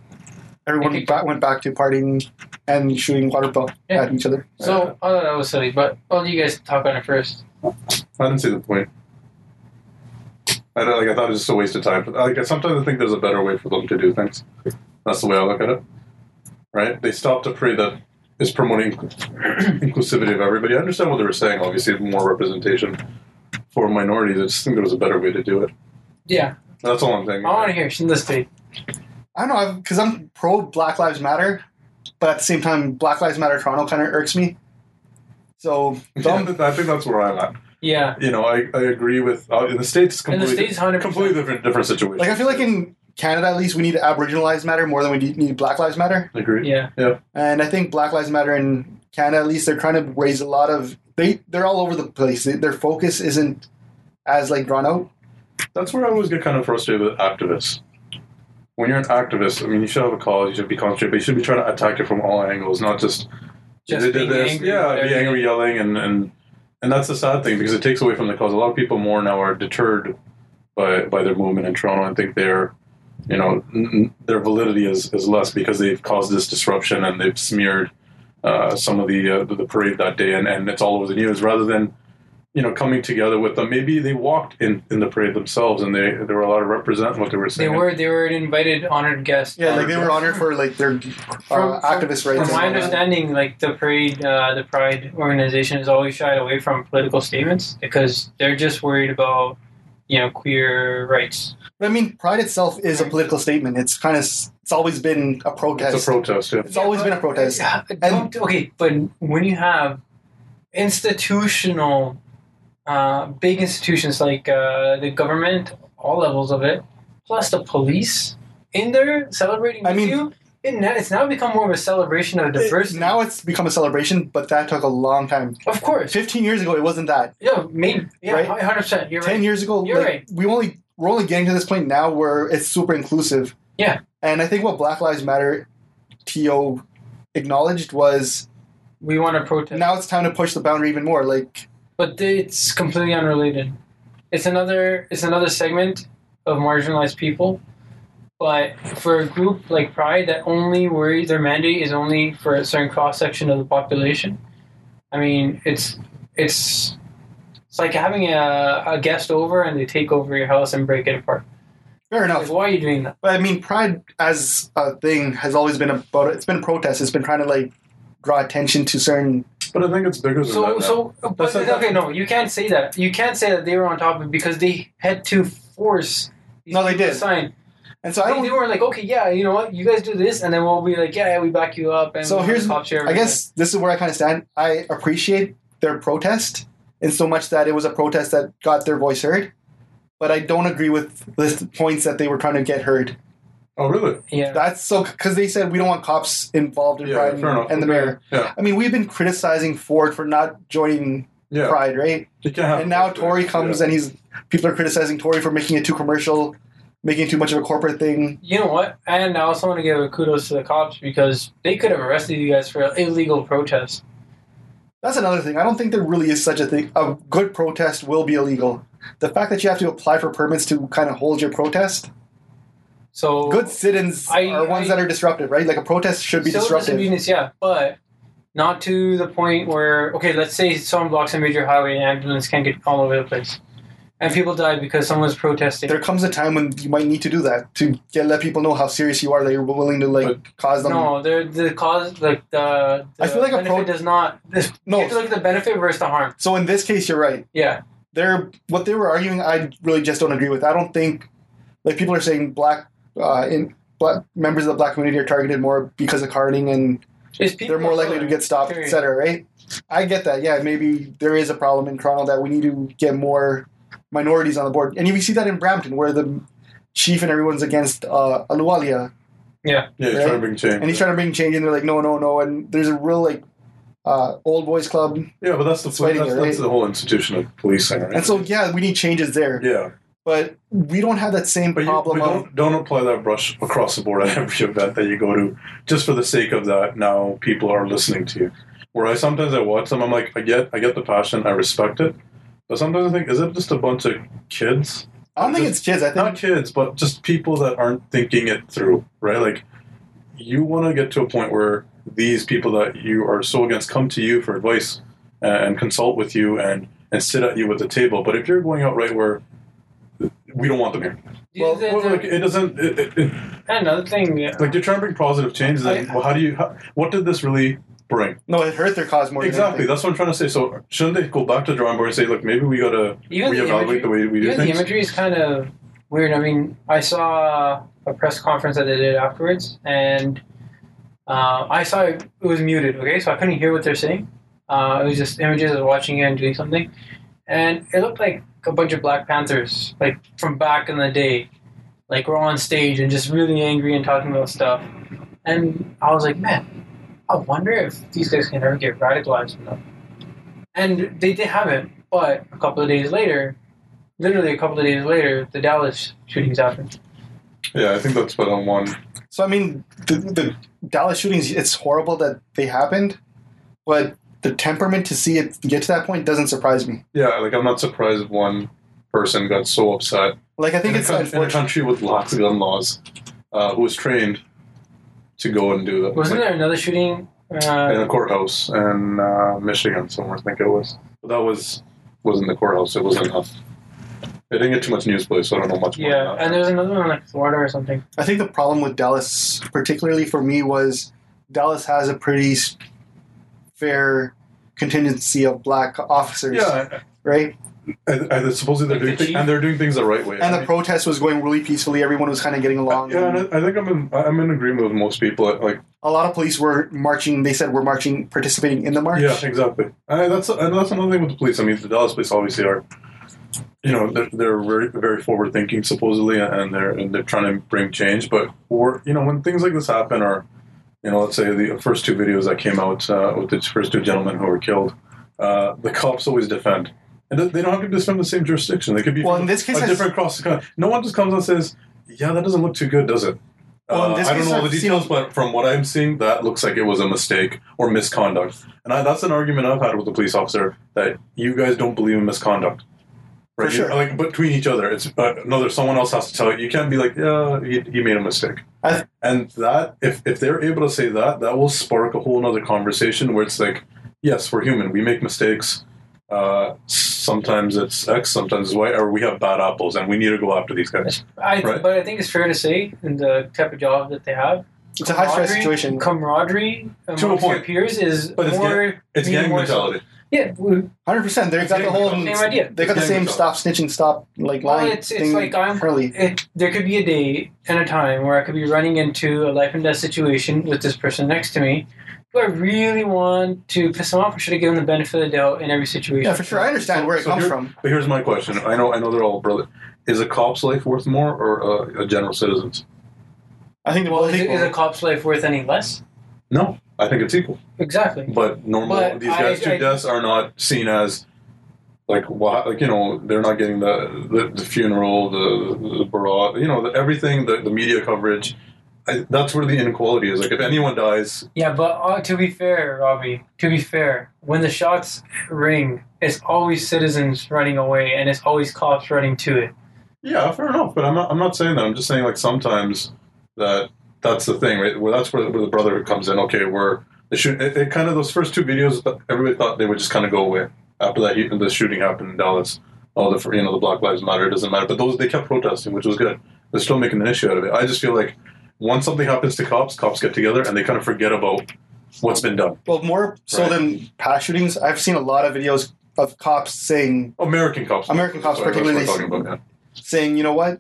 Everyone ba- went back to partying and shooting water ball
Yeah.
at each other.
so I thought that was silly. But I'll let you guys talk on it first.
I didn't see the point. I don't, like I thought it was just a waste of time. But, Like I sometimes I think there's a better way for them to do things. That's the way I look at it. Right? They stopped a parade that is promoting inclusivity of everybody. I understand what they were saying. Obviously, more representation for minorities. I just think there was a better way to do it.
Yeah,
That's all I'm
I
saying.
want to hear Schindler's State.
I don't know, because I'm pro Black Lives Matter, but at the same time, Black Lives Matter Toronto kind of irks me. So, dumb.
I think that's where I'm at.
Yeah,
You know, I, I agree with uh, in the states. it's
in the
Completely,
states, hundred
completely
percent.
different different situation.
like, I feel like in Canada, at least, we need Aboriginal Lives Matter more than we need- need Black Lives Matter.
agree.
Yeah,
And I think Black Lives Matter in Canada, at least, they're trying to raise a lot of. They, they're all over the place. They, their focus isn't as, like, drawn out.
That's where I always get kind of frustrated with activists. When you're an activist, I mean, you should have a cause, you should be concentrated, but you should be trying to attack it from all angles, not just,
Just
they
being
did this,
angry
yeah,
with
be
everything.
angry, yelling, and, and and that's the sad thing because it takes away from the cause. A lot of people more now are deterred by by their movement in Toronto and think they're, you know, n- n- their validity is, is less because they've caused this disruption and they've smeared uh, some of the uh, the parade that day, and, and it's all over the news rather than you know coming together with them. Maybe they walked in, in the parade themselves, and they they were allowed to represent what they were
they
saying.
were they were an invited honored guest.
Yeah, like, they were honored for, like, their uh, activist rights.
from, From my
and all that.
understanding, like the parade, uh, the Pride organization has always shied away from political statements because they're just worried about you know queer rights.
But I mean, Pride itself is a political statement. It's kind of it's always been a protest.
It's a protest. Yeah.
It's always been a protest.
Yeah, don't- okay, but when you have institutional, uh, big institutions like uh, the government, all levels of it, plus the police in there celebrating
I
with
mean-
you, it now, it's now become more of a celebration of diversity.
It- now it's become a celebration, but that took a long time.
of course,
Fifteen years ago, it wasn't that.
yeah, maybe, yeah,
Right?
hundred percent. You're
Ten
right.
years ago,
You're
like,
right.
we only we're only getting to this point now where it's super inclusive.
Yeah.
And I think what Black Lives Matter TO acknowledged was
We want to protest.
now it's time to push the boundary even more. Like
but it's completely unrelated. It's another it's another segment of marginalized people, but for a group like Pride that only worries their mandate is only for a certain cross section of the population. I mean, it's it's it's like having a, a guest over and they take over your house and break it apart.
fair
Like,
enough,
why are you doing that?
but I mean, Pride as a thing has always been about it's been a protest. It's been trying to like draw attention to certain
But I think it's bigger than that.
So
now.
so but,
That's not-
okay, no, you can't say that. You can't say that they were on top of it because they had to force. these
No, they
people to
did.
sign.
and so I
they,
don't
they were like, okay, yeah, you know what, you guys do this, and then we'll be like, yeah, yeah we back you up. And
So
we'll
here's-
top share.
I
everything.
guess this is where I kind of stand. I appreciate their protest in so much that it was a protest that got their voice heard, but I don't agree with the points that they were trying to get heard.
oh, really?
yeah,
That's so because they said we don't want cops involved in
Yeah,
Pride and,
fair enough.
and the mayor.
Yeah.
I mean, we've been criticizing Ford for not joining
Yeah.
Pride, right?
You can't have
and now Tory comes and he's people are criticizing Tory for making it too commercial, making it too much of a corporate thing.
you know what? And I also want to give a kudos to the cops because they could have arrested you guys for illegal protest.
That's another thing. I don't think there really is such a thing. A good protest will be illegal. The fact that you have to apply for permits to kind of hold your protest,
So
good sit-ins
I-
are ones
I-
that are disruptive, right? Like a protest should be
civil
disruptive.
disobedience, yeah, but not to the point where okay, let's say someone blocks a major highway and ambulance can't get all over the place, and people die because someone's protesting.
There comes a time when you might need to do that to get let people know how serious you are that you're willing to like cause them.
no, they're the cause like the, the
I feel like a
benefit
pro-
does not. This,
No.
you have to look at the benefit versus the harm.
So in this case, you're right.
Yeah,
They're what they were arguing. I really just don't agree with. I don't think like people are saying black uh, in black members of the black community are targeted more because of carding and
It's people
they're more
of
likely
color,
to get stopped,
period.
etc. Right? I get that. Yeah, maybe there is a problem in Toronto that we need to get more minorities on the board, and you see that in Brampton where the chief and everyone's against uh, Aluwalia,
Yeah, he's trying to bring change.
and he's trying to bring change, and they're like, no, no, no, and there's a real like uh, old boys club,
Yeah, but that's the
It's fighting
that's,
it, right?
that's the whole institution of policing, right?
and so yeah, we need changes there,
yeah,
but we don't have that same
but you but
problem of
don't don't apply that brush across the board at every event that you go to, just for the sake of that. Now people are listening to you. Where I sometimes I watch them, I'm like, I get I get the passion, I respect it, But sometimes I think, is it just a bunch of kids?
I don't think it's kids. I
Not
think
kids, but just people that aren't thinking it through, right? Like, you want to get to a point where these people that you are so against come to you for advice uh, and consult with you and, and sit at you at the table. But if you're going out right where we don't want them here,
Well,
The-
well,
the-
like, it doesn't. It, it, it,
another thing. yeah.
like you're trying to bring positive change. Then,
I-
well, how do you? How, what did this really bring?
no, it hurt their cause more.
Exactly.
Than
That's what I'm trying to say. So shouldn't they go back to the drawing board and say, look, maybe we gotta
Even the imagery-
reevaluate the way we do
Yeah, the
things?
imagery is kind of weird. I mean, I saw a press conference that they did afterwards, and uh, I saw it, it was muted. Okay, so I couldn't hear what they're saying. Uh, it was just images of watching it and doing something, and it looked like a bunch of Black Panthers, like from back in the day, like were on stage and just really angry and talking about stuff. And I was like, man, I wonder if these guys can ever get radicalized enough. And they did haven't, but a couple of days later, literally a couple of days later, the Dallas shootings happened.
Yeah, I think that's what I'm on.
anything. So I mean, the, the Dallas shootings. It's horrible that they happened, but the temperament to see it get to that point doesn't surprise me.
Yeah, like I'm not surprised one person got so upset.
Like I think
in,
it's
a, coun- in a
unfortunate.
country with lots of gun laws, uh, who was trained to go and do that.
Wasn't there another shooting?
in
Uh,
a courthouse in uh, Michigan somewhere. I think it was. But that was wasn't the courthouse. It wasn't enough. I didn't get too much news play, so I don't know much more.
yeah,
than that.
and there was another one like Florida or something.
I think the problem with Dallas, particularly for me, was Dallas has a pretty s- fair contingency of black officers,
yeah,
right?
and, and supposedly they're
Like the
doing thi-
chief?
and they're doing things the right way.
And
I
the protest was going really peacefully. Everyone was kind of getting along.
mean, yeah,
and
and I I think I'm in, I'm in agreement with most people. Like,
a lot of police were marching. They said we're marching, participating in the march.
yeah, exactly. And that's and that's another thing with the police. I mean, the Dallas police obviously are, you know, they're, they're very very forward thinking supposedly, and they're and they're trying to bring change. But or you know, when things like this happen, or you know, let's say the first two videos that came out uh, with the first two gentlemen who were killed, uh, the cops always defend. And they- they don't have to be from the same jurisdiction. They could be
Well,
from
in this case,
a
I-
different cross the country. No one just comes and says, "Yeah, that doesn't look too good, does it?"
Well, in
Uh,
this
I don't
case,
know all the
I've seen-
details, but from what I'm seeing, that looks like it was a mistake or misconduct. And I, that's an argument I've had with the police officer that you guys don't believe in misconduct.
For
You-
sure.
like between each other, it's uh, no. There's someone else has to tell you. You can't be like, yeah, you, you made a mistake.
I-
and that, if if they're able to say that, that will spark a whole other conversation where it's like, yes, we're human. We make mistakes. Uh, sometimes it's X, sometimes it's Y, or we have bad apples, and we need to go after these guys.
I
Right.
but I think it's fair to say in the type of job that they have,
It's a high stress situation.
Camaraderie amongst
To a
your
point.
peers is
But it's
more.
It's
meaning
gang
more-
mentality.
Yeah, well,
Hundred percent. They've got the whole.
same idea.
They got the same stop snitching, stop like
Well,
lying
it's- it's
thing.
like I'm-
early.
It, Eh, there could be a day and a time where I could be running into a life and death situation with this person next to me. Do I really want to piss them off, or should I give them the benefit of the doubt in every situation?
Yeah, for sure. I understand where it
So
comes
here-
from.
But here's my question. I know I know they're all brother. Is a cop's life worth more or a, a general citizen's?
I think
Well,
well,
is,
people,
is a cop's life worth any less?
No, I think it's equal.
Exactly.
But normal
But
these guys'
I-
two
I-
deaths are not seen as like wha- like you know they're not getting the the, the funeral, the the barrage, you know the, everything, the, the media coverage. I, that's where the inequality is. Like if anyone dies,
Yeah, but uh, to be fair, Robbie, to be fair, when the shots ring, it's always citizens running away and it's always cops running to it.
yeah, fair enough. But I'm not I'm not saying that. I'm just saying like sometimes that that's the thing, right? Well, that's where, where the brotherhood comes in. Okay, where they shoot. It, it kind of those first two videos, th- everybody thought they would just kind of go away after that. he- The shooting happened in Dallas. All the you know the Black Lives Matter. It doesn't matter. But those they kept protesting, which was good. They're still making an issue out of it. I just feel like once something happens to cops, cops get together and they kind of forget about what's been done.
well, more so
Right.
than past shootings. I've seen a lot of videos of cops saying
American cops.
American cops
Sorry, that's what I'm
particularly-
talking about,
saying, you know what,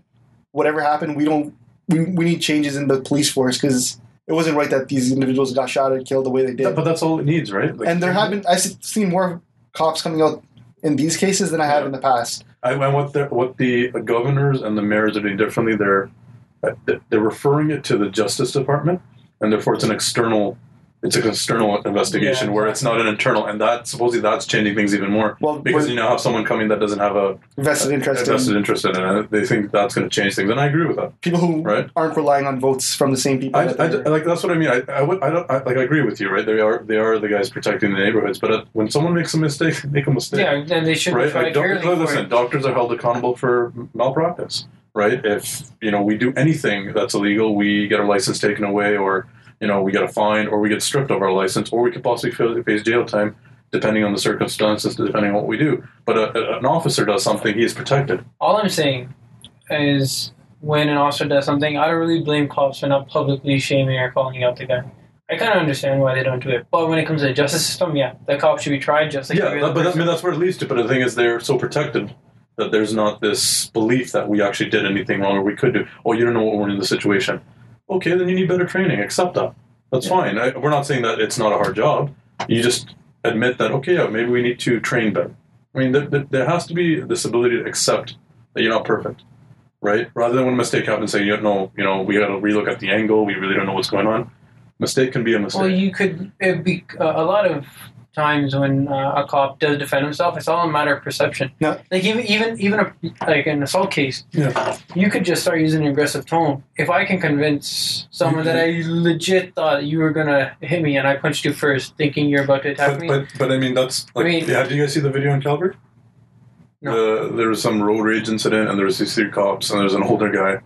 whatever happened, we don't, we, we need changes in the police force because it wasn't right that these individuals got shot and killed the way they
yeah.
did.
But that's all it needs, right? Like-
and there have been, I've seen more cops coming out in these cases than I have
Yeah.
in the past.
I, and what the what the governors and the mayors are doing differently, they're they're referring it to the Justice Department, and therefore it's an external it's an external investigation where it's not an internal, and that supposedly that's changing things even more
Well,
because
we're
you now have someone coming that doesn't have a
invested interest
invested
in
interest in it. They think that's going to change things, and I agree with that.
people who
Right.
aren't relying on votes from the same people.
I,
that
I,
they're-
like that's what I mean. I, I, would, I don't I, like. I agree with you, right? They are they are the guys protecting the neighborhoods, but uh, when someone makes a mistake, they make a mistake.
Yeah, and they should
right?
try
Like, doc-
fairly for
listen,
it.
doctors are held accountable for m- malpractice, right? If you know we do anything that's illegal, we get our license taken away, or you know we get a fine, or we get stripped of our license, or we could possibly fa- face jail time, depending on the circumstances, depending on what we do. But a, a- an officer does something, he is protected.
All I'm saying is when an officer does something, I don't really blame cops for not publicly shaming or calling out the guy. I kind of understand why they don't do it. But when it comes to the justice system, yeah, the cop should be tried just like
yeah,
every
that-
other
but I
person.
mean that's where it leads to. But the thing is, they're so protected. That there's not this belief that we actually did anything wrong or we could do. Oh, you don't know what we're in the situation. Okay, then you need better training. Accept that. That's fine. I, we're not saying that it's not a hard job. You just admit that. Okay, yeah, maybe we need to train better. I mean, th- th- there has to be this ability to accept that you're not perfect, right? Rather than when a mistake happens, saying, "You know, you know, we got to relook at the angle. We really don't know what's going on." Mistake can be a mistake.
Well, you could. It'd be uh, a lot of times when uh, a cop does defend himself. It's all a matter of perception.
Yeah.
Like even even even a, like an assault case,
yeah.
you could just start using an aggressive tone. If I can convince someone that I legit thought you were gonna hit me and I punched you first, thinking you're about to attack
But,
me.
but, but I mean, that's like,
I mean-
yeah, do you guys see the video in Calgary? The, there was some road rage incident, and there was these three cops, and there was an older guy, and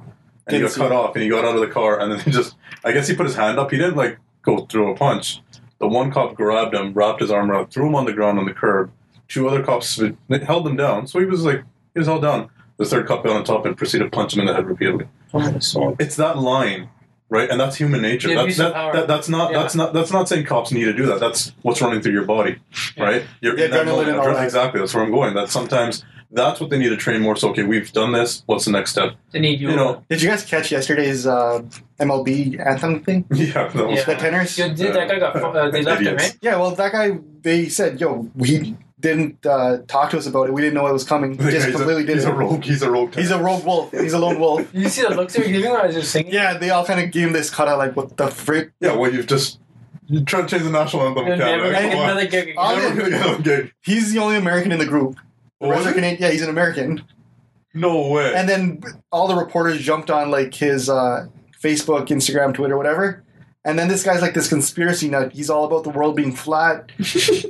he
Didn't
got
see
cut
it.
off, and he got out of the car, and then he just, I guess he put his hand up. He didn't like go through a punch. The one cop grabbed him, wrapped his arm around, threw him on the ground on the curb. Two other cops would- they held him down, so he was like, he was held down. The third cop got on top and proceeded to punch him in the head repeatedly. It's that line. Right, and that's human nature.
The
That's
abuse of
that,
power.
that, that's not
Yeah.
that's not that's not saying cops need to do that. That's what's running through your body right? You're
The
in that
adrenaline
moment.
and all
Adrenaline,
that.
Exactly. That's where I'm going. That sometimes that's what they need to train more. So okay, we've done this. What's the next step?
They need you.
You know,
Did you guys catch yesterday's uh, MLB anthem thing?
yeah, that was
The tenors?
You did- that guy got. fu- Uh, they left him,
Idiots.
right?
Yeah, well, that guy, they said, yo, he didn't uh, talk to us about it. We didn't know it was coming. He just
he's
completely
a,
did
He's
it.
a rogue. He's a rogue.
He's a rogue wolf. He's a lone wolf.
You see the looks they were giving? when I was just singing.
Yeah, they all kind of gave him this cut out, like, what the frick?
yeah. Well, you've just you try to change the national anthem.
You'll
in
never
Canada.
get
Come on.
another gig again.
I'll-
You're never gonna get another gig.
He's the only American in the group. The rest are
Really?
Canadian. Yeah, he's an American.
No way.
And then all the reporters jumped on, like, his uh, Facebook, Instagram, Twitter, whatever. And then this guy's like this conspiracy nut. He's all about the world being flat.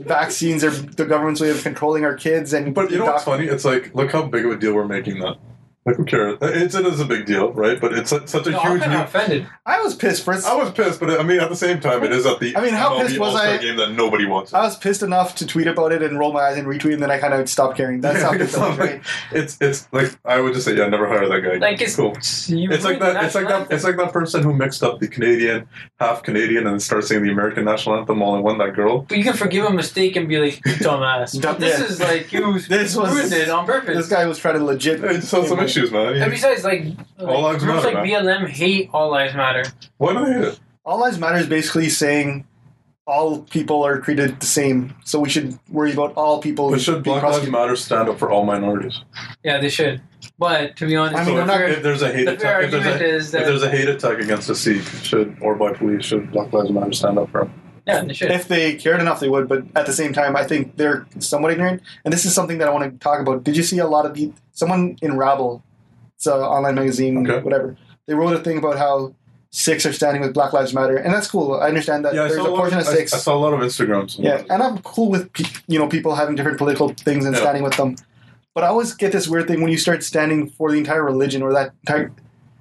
Vaccines are the government's way of controlling our kids. And
But you know what's
doc-
funny? It's like, look how big of a deal we're making that. Like, who cares? It's, it is a big deal, right? But it's such such a
No, I'm
huge.
kind
new-
of offended.
I was pissed first.
I was pissed, but I mean, at the same time, it is at the
I mean, how
MLB
pissed was
All-Star
I- Uh,
Game that nobody wants. it.
I was pissed enough to tweet about it and roll my eyes and retweet, and then I kind of stopped caring. That's how
Yeah,
pissed I was, right?
It's it's like I would just say, yeah, never hire that guy.
Like it's
cool.
you
It's like
ruined
that.
the
It's like
national
that. It's like that person who mixed up the Canadian, half Canadian, and starts singing the American national anthem all in one. That girl.
But you can forgive a mistake and be like, "You dumbass. But this
Yeah.
is like you
This was-
ruined it on
This
purpose.
guy was trying to legit.
It just has some issues, man.
And
Yeah.
besides, like, like
All lives
groups
matter,
like BLM hate all lives matter.
Why do they hate it?
All lives matter is basically saying all people are treated the same, so we should worry about all people.
But
being
should Black Lives
prosecuted.
Matter stand up for all minorities?
Yeah, they should. But to be honest,
I mean,
the
I'm not-
fair-
If there's a hate
the fair
attack, if there's
argument
a,
is
if
that
there's a hate attack against a Sikh, should or by police, should Black Lives Matter stand up for them?
yeah, they should.
If they cared enough, they would. But at the same time, I think they're somewhat ignorant. And this is something that I want to talk about. Did you see a lot of the someone in Rabble? It's an online magazine,
Okay.
whatever. They wrote a thing about how Sikhs are standing with Black Lives Matter, and that's cool. I understand that
Yeah, I
there's
saw,
a
a lot
portion
of,
of
I, I
Sikhs
saw a lot of Instagrams.
Yeah, and I'm cool with pe- you know people having different political things and
Yeah.
standing with them, but I always get this weird thing when you start standing for the entire religion or that entire.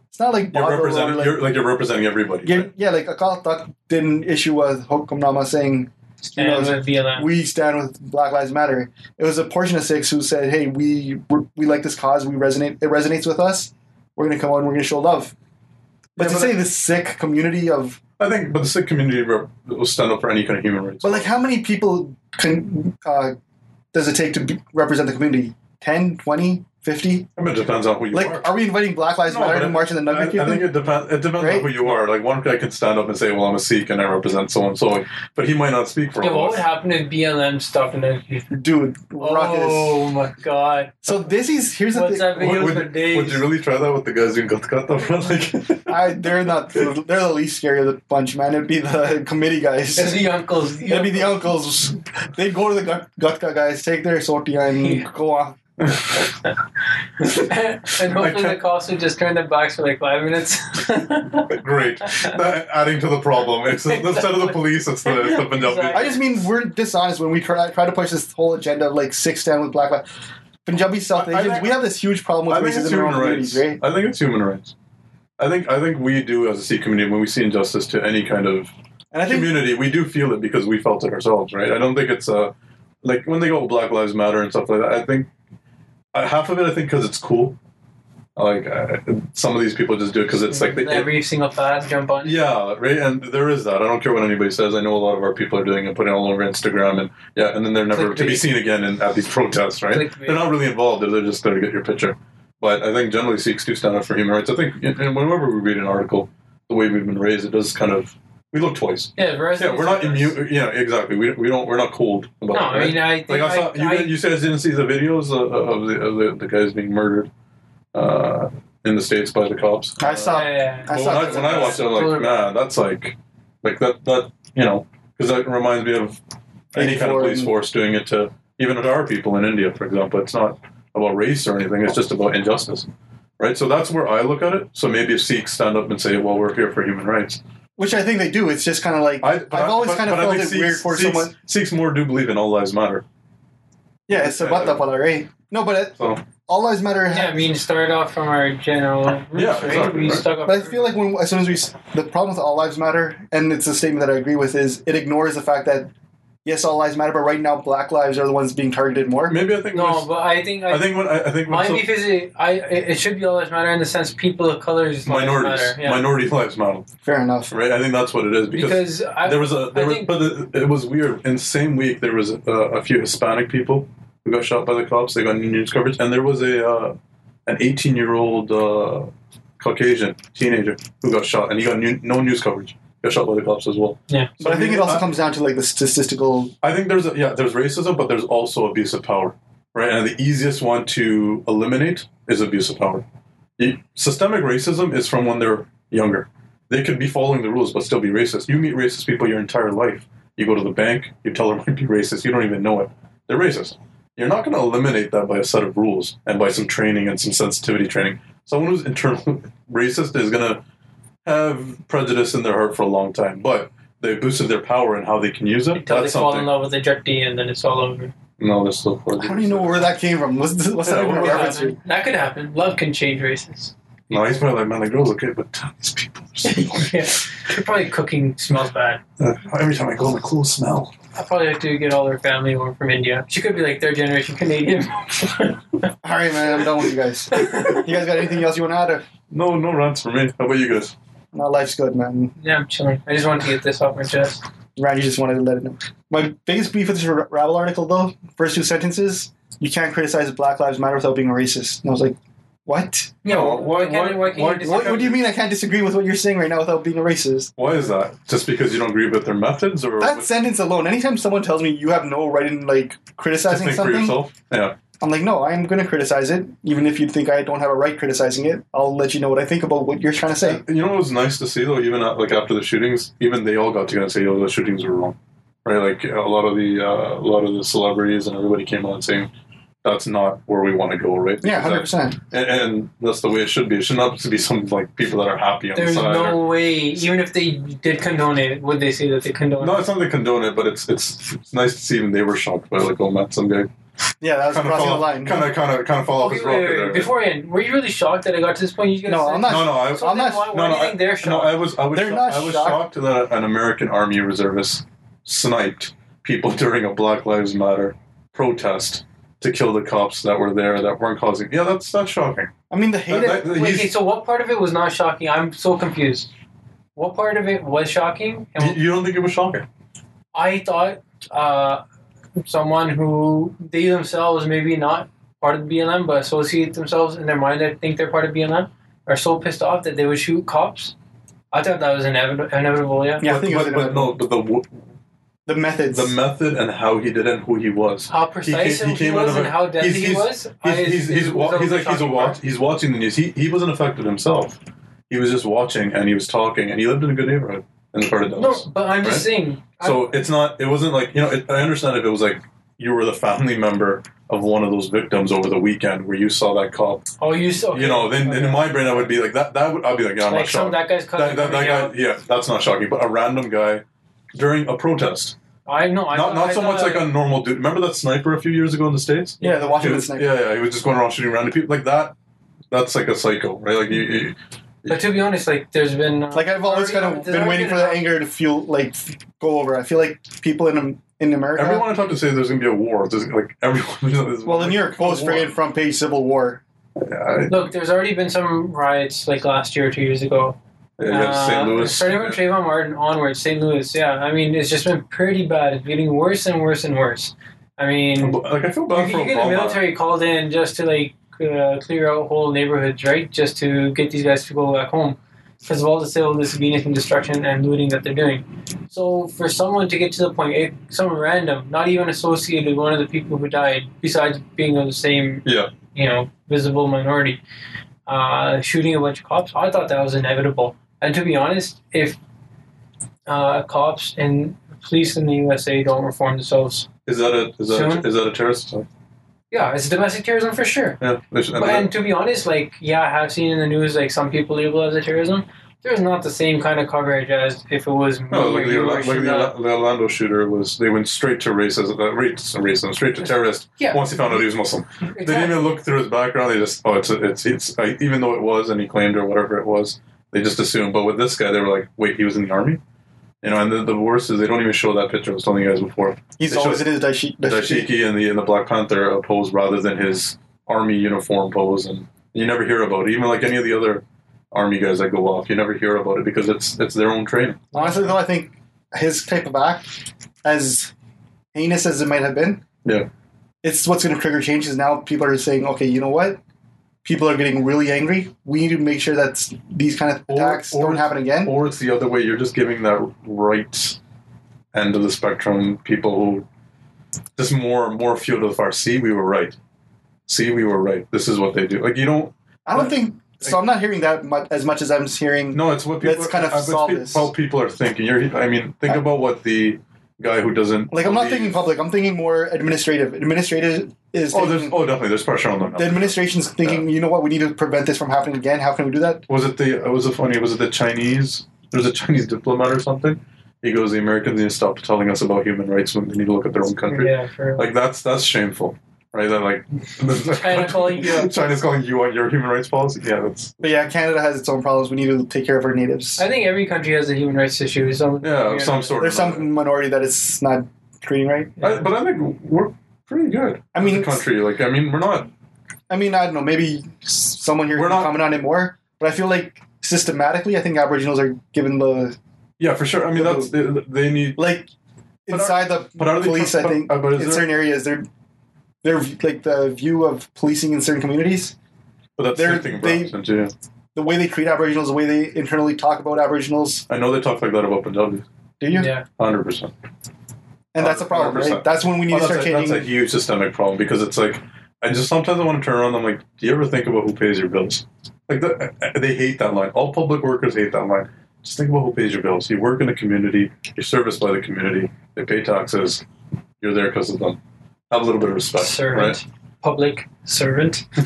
It's not like
You're
Bible or
representing,
like,
you're, like you're representing everybody.
yeah,
right?
yeah, like Akal Thakht did an issue with Hokumnama saying you know,
and with BLM.
we stand with Black Lives Matter. It was a portion of six who said, "Hey, we we're, we like this cause. We resonate. It resonates with us. We're gonna come on. We're gonna show love." But
Yeah,
to
but
say the sick community of
I think, but the Sikh community rep- will stand up for any kind of human rights.
But like, how many people can uh, does it take to be, represent the community? 10, 20? 50?
I mean, it depends on who you
Like,
are.
are we inviting Black Lives
No,
Matter
but
to
it-
march in the
I,
Nugget? you
I think
think?
it depends. It depends
Right?
on who you are. Like one guy can stand up and say, "Well, I'm a Sikh and I represent so and so," but he might not speak for
Yeah,
all
what
of
would
us.
happen if BLM stuff in the future?
Dude, ruckus.
Oh my god.
So this is here's the
What's
thing.
that video
Would,
for
would,
days?
would you really try that with the guys in Kolkata? bro? Like,
I, they're not. They're the least scary of the bunch, man. It'd be the committee guys.
It's the uncles. the
It'd be the
uncles.
uncles. They'd go to the gut- Gutka guys, take their sotia, and
Yeah.
go off.
and hopefully the cops would just turn their backs for like five minutes.
Great. That, adding to the problem. It's instead of the police, it's the, it's the Punjabi.
Exactly.
I just mean we're dishonest when we try, try to push this whole agenda of like six down with black lives. Punjabi South
I- I
Asians,
think-
we have this huge problem with
I think
racism
it's
in our
human
own
rights.
communities, right?
I think it's human rights. I think I think we do as a Sikh community when we see injustice to any kind of
And I think
community, we do feel it because we felt it ourselves, right? I don't think it's a like when they go Black Lives Matter and stuff like that. I think uh, half of it, I think, because it's cool. Like uh, some of these people just do it because it's like the
every single fad jump on.
yeah, right. And there is that. I don't care what anybody says. I know a lot of our people are doing it, putting it all over Instagram, and yeah, and then they're never to be
Clickbait.
seen again in, at these protests, right?
Clickbait.
They're not really involved. They're just there to get your picture. But I think generally Sikhs do stand up for human rights. I think, and and whenever we read an article, the way we've been raised, it does kind of we look twice.
Yeah, whereas-
Yeah, we're not immune. Yeah, exactly. We, we don't. We're not cold. About
No,
it,
I
right?
mean, I think
like I saw
I,
you. you said you didn't see the videos of, of, the, of the the guys being murdered uh, in the states by the cops.
I saw.
yeah.
I
But
saw
when, I, when I watched it, I'm like, man, that's like, like that that you know, because that reminds me of any kind
84
of police
and-
force doing it to even to our people in India, for example. It's not about race or anything. It's just about injustice. Right, so that's where I look at it. So maybe if Sikhs stand up and say, "Well, we're here for human rights,"
which I think they do. It's just kind of like
I,
I've always kind of
I
felt it
think
weird for
Sikhs,
someone.
Sikhs more do believe in all lives matter.
Yeah, it's about that pala, right? No, but it,
So
all lives matter.
Yeah, I mean, start off from our general roots,
Yeah,
right?
exactly,
we
right.
stuck up.
But I feel like when as soon as we s- the problem with all lives matter, and it's a statement that I agree with, is it ignores the fact that yes, all lives matter, but right now black lives are the ones being targeted more.
maybe I think
no,
when
but I think
I,
I,
think when I, I think when
my
so-
beef is it, I it it should be all lives matter in the sense people of colors lives
minorities
matter. Yeah.
minority lives matter.
Fair enough.
Right, I think that's what it is because.
because I,
there was a there
I
was,
think-
but it, it was weird. In the same week, there was a, a few Hispanic people who got shot by the cops. They got news coverage, and there was a uh, an 18 year old uh, Caucasian teenager who got shot, and he got new, no news coverage. Got shot by the cops as well.
Yeah.
So
But I think
mean,
it also
I-
comes down to like the statistical.
I think there's a, yeah, there's racism, but there's also abuse of power, right? And the easiest one to eliminate is abuse of power. You- Systemic racism is from when they're younger. They could be following the rules but still be racist. You meet racist people your entire life. You go to the bank, you tell them to be racist, you don't even know it. They're racist. You're not going to eliminate that by a set of rules and by some training and some sensitivity training. Someone who's internal racist is going to have prejudice in their heart for a long time, but the abuse of their power and how they can use it,
until they
that's
fall
something.
in love with a druggie and then it's all over.
No, that's so close.
I don't even know where that came from. What's, what's
Yeah,
that even
what
a reference
Could
was
to?
happen. That could happen. Love can change races.
No, he's probably like, man, the girls look good, but damn, these people. Are so boring."
yeah, probably cooking smells bad.
Uh, Every time I go, the clothes smell.
I probably have to get all her family over from India. She could be like third generation Canadian.
All right, man, I'm done with you guys. You guys got anything else you want to add? Or?
No, no rants for me. How about you guys?
No, life's good, man.
yeah, I'm chilling. I just wanted to get this off my chest.
Randy just wanted to let it know. My biggest beef with this Ra- Ravel article, though, first two sentences, you can't criticize Black Lives Matter without being racist. And I was like, what?
Yeah,
No,
well, why
why-
can't-
why-
why can't
why-
you just-
What, what do you mean I can't disagree with what you're saying right now without being a racist?
Why is that? Just because you don't agree with their methods, or
That
what-
sentence alone, anytime someone tells me you have no right in like
to
criticizing
think for
something,
yourself? Yeah,
I'm like, no, I'm going to criticize it, even if you think I don't have a right criticizing it. I'll let you know what I think about what you're trying to say.
And you know what was nice to see though, even at, like after the shootings, even they all got together and say, "Yo, the shootings were wrong." Right? Like a lot of the uh, a lot of the celebrities and everybody came out saying, "That's not where we want to go." Right?
Yeah,
Because
hundred
that-
percent.
and, and that's the way it should be. It should not be some like people that are happy on
There's
the side. or-
no way, even if they did condone it, would they say that they condone
No,
it?
it's not they condone it, but it's it's it's nice to see even they were shocked by like, oh man, some guy
Yeah, that was
kind of
crossing the
fell
line.
kind of kind of kind of fall off
Okay,
his
wait,
rocker
wait, wait.
there.
Before I end, were you really shocked that I got to this point? You guys
No,
said-
I'm not
no, no, I,
So
I'm
then
not-
Why,
no,
why
no,
do you think they're
no,
shocked?
I was I was
They're
shocked,
not
I was
shocked.
shocked that an American Army reservist sniped people during a Black Lives Matter protest to kill the cops that were there that weren't causing. Yeah, that's that's shocking.
I mean, the hate.
That- that-
Wait,
he's-
okay, so what part of it was not shocking? I'm so confused. What part of it was shocking?
you-
And
you don't think it was shocking?
I thought uh, someone who they themselves maybe not part of BLM but associate themselves in their mind that think they're part of BLM are so pissed off that they would shoot cops. I thought that was inevit- inevitable. Yeah.
Yeah, I
but,
think it was
but, but
inevitable.
no, but the w-
the methods.
the method and how he did it and who he was.
How precise
he
he,
came out
was
of
and
a-
how deadly
he's-
he
he's-
was. I-
He's, he's,
it
he's,
was
wa-
a
he's like he's a
shocking
watch,
part.
he's watching the news. He he wasn't affected himself. He was just watching and he was talking and he lived in a good neighborhood in the part of
No,
Dallas.
but I'm just
Right?
saying. I-
So it's not. It wasn't like you know. It, I understand if it was like you were the family member of one of those victims over the weekend where you saw that cop.
oh, you so
You know, then then in my brain I would be like that. That would I'd be like, yeah, I'm
like
not
some
shocked.
that guy's
That,
cousin.
that, that
coming
guy,
out.
yeah, that's not shocking. But a random guy during a protest,
I know. I
not
thought-
not
I
so much
thought-
like a normal dude. Remember that sniper a few years ago in the states?
yeah, the
He
Washington
was-
sniper.
yeah, yeah, he was just going around shooting random people like that. That's like a psycho, right? Like you, you
But to be honest, like there's been uh,
Like I've always kind of
there's
been
already
waiting for that anger to feel like go over. I feel like people in in America.
everyone I talk to say there's gonna be a war. There's like everyone. there's-
well, the New York Post
war.
friggin' front page civil war.
Yeah,
Look, there's already been some riots like last year or two years ago.
I- yeah,
Uh,
St. Louis.
Starting from Trayvon Martin onward, St. Louis, yeah. I mean, it's just been pretty bad. It's getting worse and worse and worse. I mean,
Like I feel
you,
bad for
you get the
Obama.
military called in just to like uh, clear out whole neighborhoods, right? Just to get these guys to go back home because of all the civil disobedience and destruction and looting that they're doing. So for someone to get to the point, eh, someone random, not even associated with one of the people who died, besides being of the same,
Yeah.
you know, visible minority, uh, shooting a bunch of cops, I thought that was inevitable. And to be honest, if uh, cops and police in the USA don't reform themselves,
Is that a is that
Soon.
a, is that a terrorist attack?
yeah, it's domestic terrorism for sure.
Yeah. They should- and
But,
then-
and to be honest, like yeah, I have seen in the news like some people label it as terrorism. There's not the same kind of coverage as if it was me
No,
or
Oh, like the,
you
Orla-
or
like
Shida.
the, Orla- the Orlando shooter was, they went straight to racism, uh, race, racism, straight to terrorist.
Yeah.
Once he found out he was Muslim,
Exactly.
they didn't even look through his background. They just, oh, it's, it's, it's. I, even though it was, and he claimed or whatever it was, they just assumed. But with this guy, they were like, wait, he was in the army, you know. And the, the worst is they don't even show that picture. I was telling you guys before.
He's
They showed-
always in his dashiki.
The Dashiki and the and the Black Panther uh, pose rather than his army uniform pose, and you never hear about it. Even like any of the other army guys that go off, you never hear about it because it's it's their own training.
Honestly, though, I think his type of act, as heinous as it might have been,
Yeah.
it's what's going to trigger changes. Now people are saying, okay, you know what? People are getting really angry. We need to make sure that s- these kind of
Or-
attacks
or-
don't happen again.
Or it's the other way. You're just giving that right end of the spectrum people who just more more fuel to the fire. See, we were right. See, we were right. This is what they do. Like you don't.
I don't think so. I'm not hearing that much, as much as I'm hearing.
No, it's what people.
Let's
are,
kind of
uh, it's
solve
pe-
this.
How people are thinking. You're. I mean, think
I-
about what the guy who doesn't.
Like I'm not
believe-
thinking public. I'm thinking more administrative. Administrative is
Oh, there's.
taking-
Oh, definitely. There's pressure on them. now.
the administration's thinking. You know what? We need to prevent this from happening again. How can we do that?
was it the? uh, Was it funny? Was it the Chinese? There's a Chinese diplomat or something. He goes, the Americans need to stop telling us about human rights when they need to look at their own country.
Yeah, for
Like that's that's shameful, right? That like
China calling you out.
China's calling you on your human rights policy. Yeah, that's
But yeah, Canada has its own problems. We need to take care of our natives.
I think every country has a human rights issue. So
yeah, of some sort.
There's some minority that it's not treating right.
I, but I think we're pretty good.
I mean,
as a country. Like I mean, we're not.
I mean, I don't know. Maybe s- someone here
We're
can
not-
comment on it more. But I feel like systematically, I think Aboriginals are given the
Yeah, for sure. I mean, that's they, they need.
like
But are-
inside the
But are they
police. I
but-
think
uh, But
in
is there?
certain areas, they're they're like the view of policing in certain communities,
But that's the
they're-
thing.
they-
They, too.
the way they treat Aboriginals, the way they internally talk about Aboriginals.
I know they talk like that about Punjabis.
Do you?
yeah.
Hundred percent.
And that's a problem, right?
100%.
That's when we need
Oh,
to
that's,
start
a, that's a
taking.
huge systemic problem because it's like I just sometimes I want to turn around. and I'm like, do you ever think about who pays your bills? Like the, uh, they hate that line. All public workers hate that line. Just think about who pays your bills. You work in a community. You're serviced by the community. They pay taxes. You're there because of them. Have a little bit of respect,
Servant, public servant.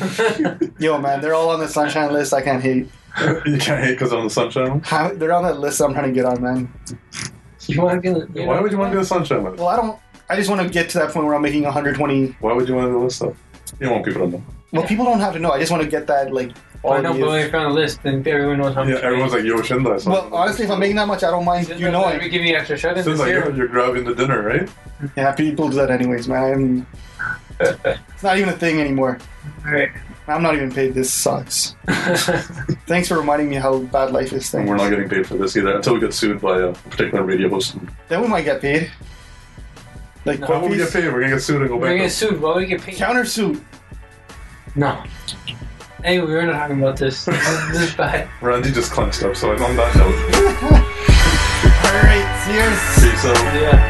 Yo, man, they're all on the sunshine list. I can't hate.
right? you can't hate because I'm the sunshine. One.
How, they're on that list. I'm trying to get on, man.
you want to be?
Why would you want to be the sunshine list?
Well, I don't. I just want to get to that point where I'm making 120.
Why would you want to be the list though? You don't want people to know.
Well, people don't have to know. I just want to get that like.
I know,
quality
but
of-
when you're on the list, then everyone knows how much.
Yeah, everyone's like yo, Shinda. I saw
Well,
you."
honestly, if I'm making that much, I don't mind. You know,
I
I
give you extra shut in
Shinda's
this
like,
year.
"Yo, you're grabbing the dinner, right?
yeah, people do that anyways, man. I'm- it's not even a thing anymore.
Right.
I'm not even paid. This sucks. Thanks for reminding me how bad life is.
And
Thing.
we're not getting paid for this either until we get sued by a particular radio host.
Then we might get paid. Like
No.
How will we
copies?
get paid? We're gonna get sued and go
We're gonna get
bankrupt.
sued. Why would we get paid?
countersuit.
No. Anyway, we're not talking about this. this this is bad.
Randy just clenched up, so on that note,
All right, cheers.
peace out.
Yeah. Oh,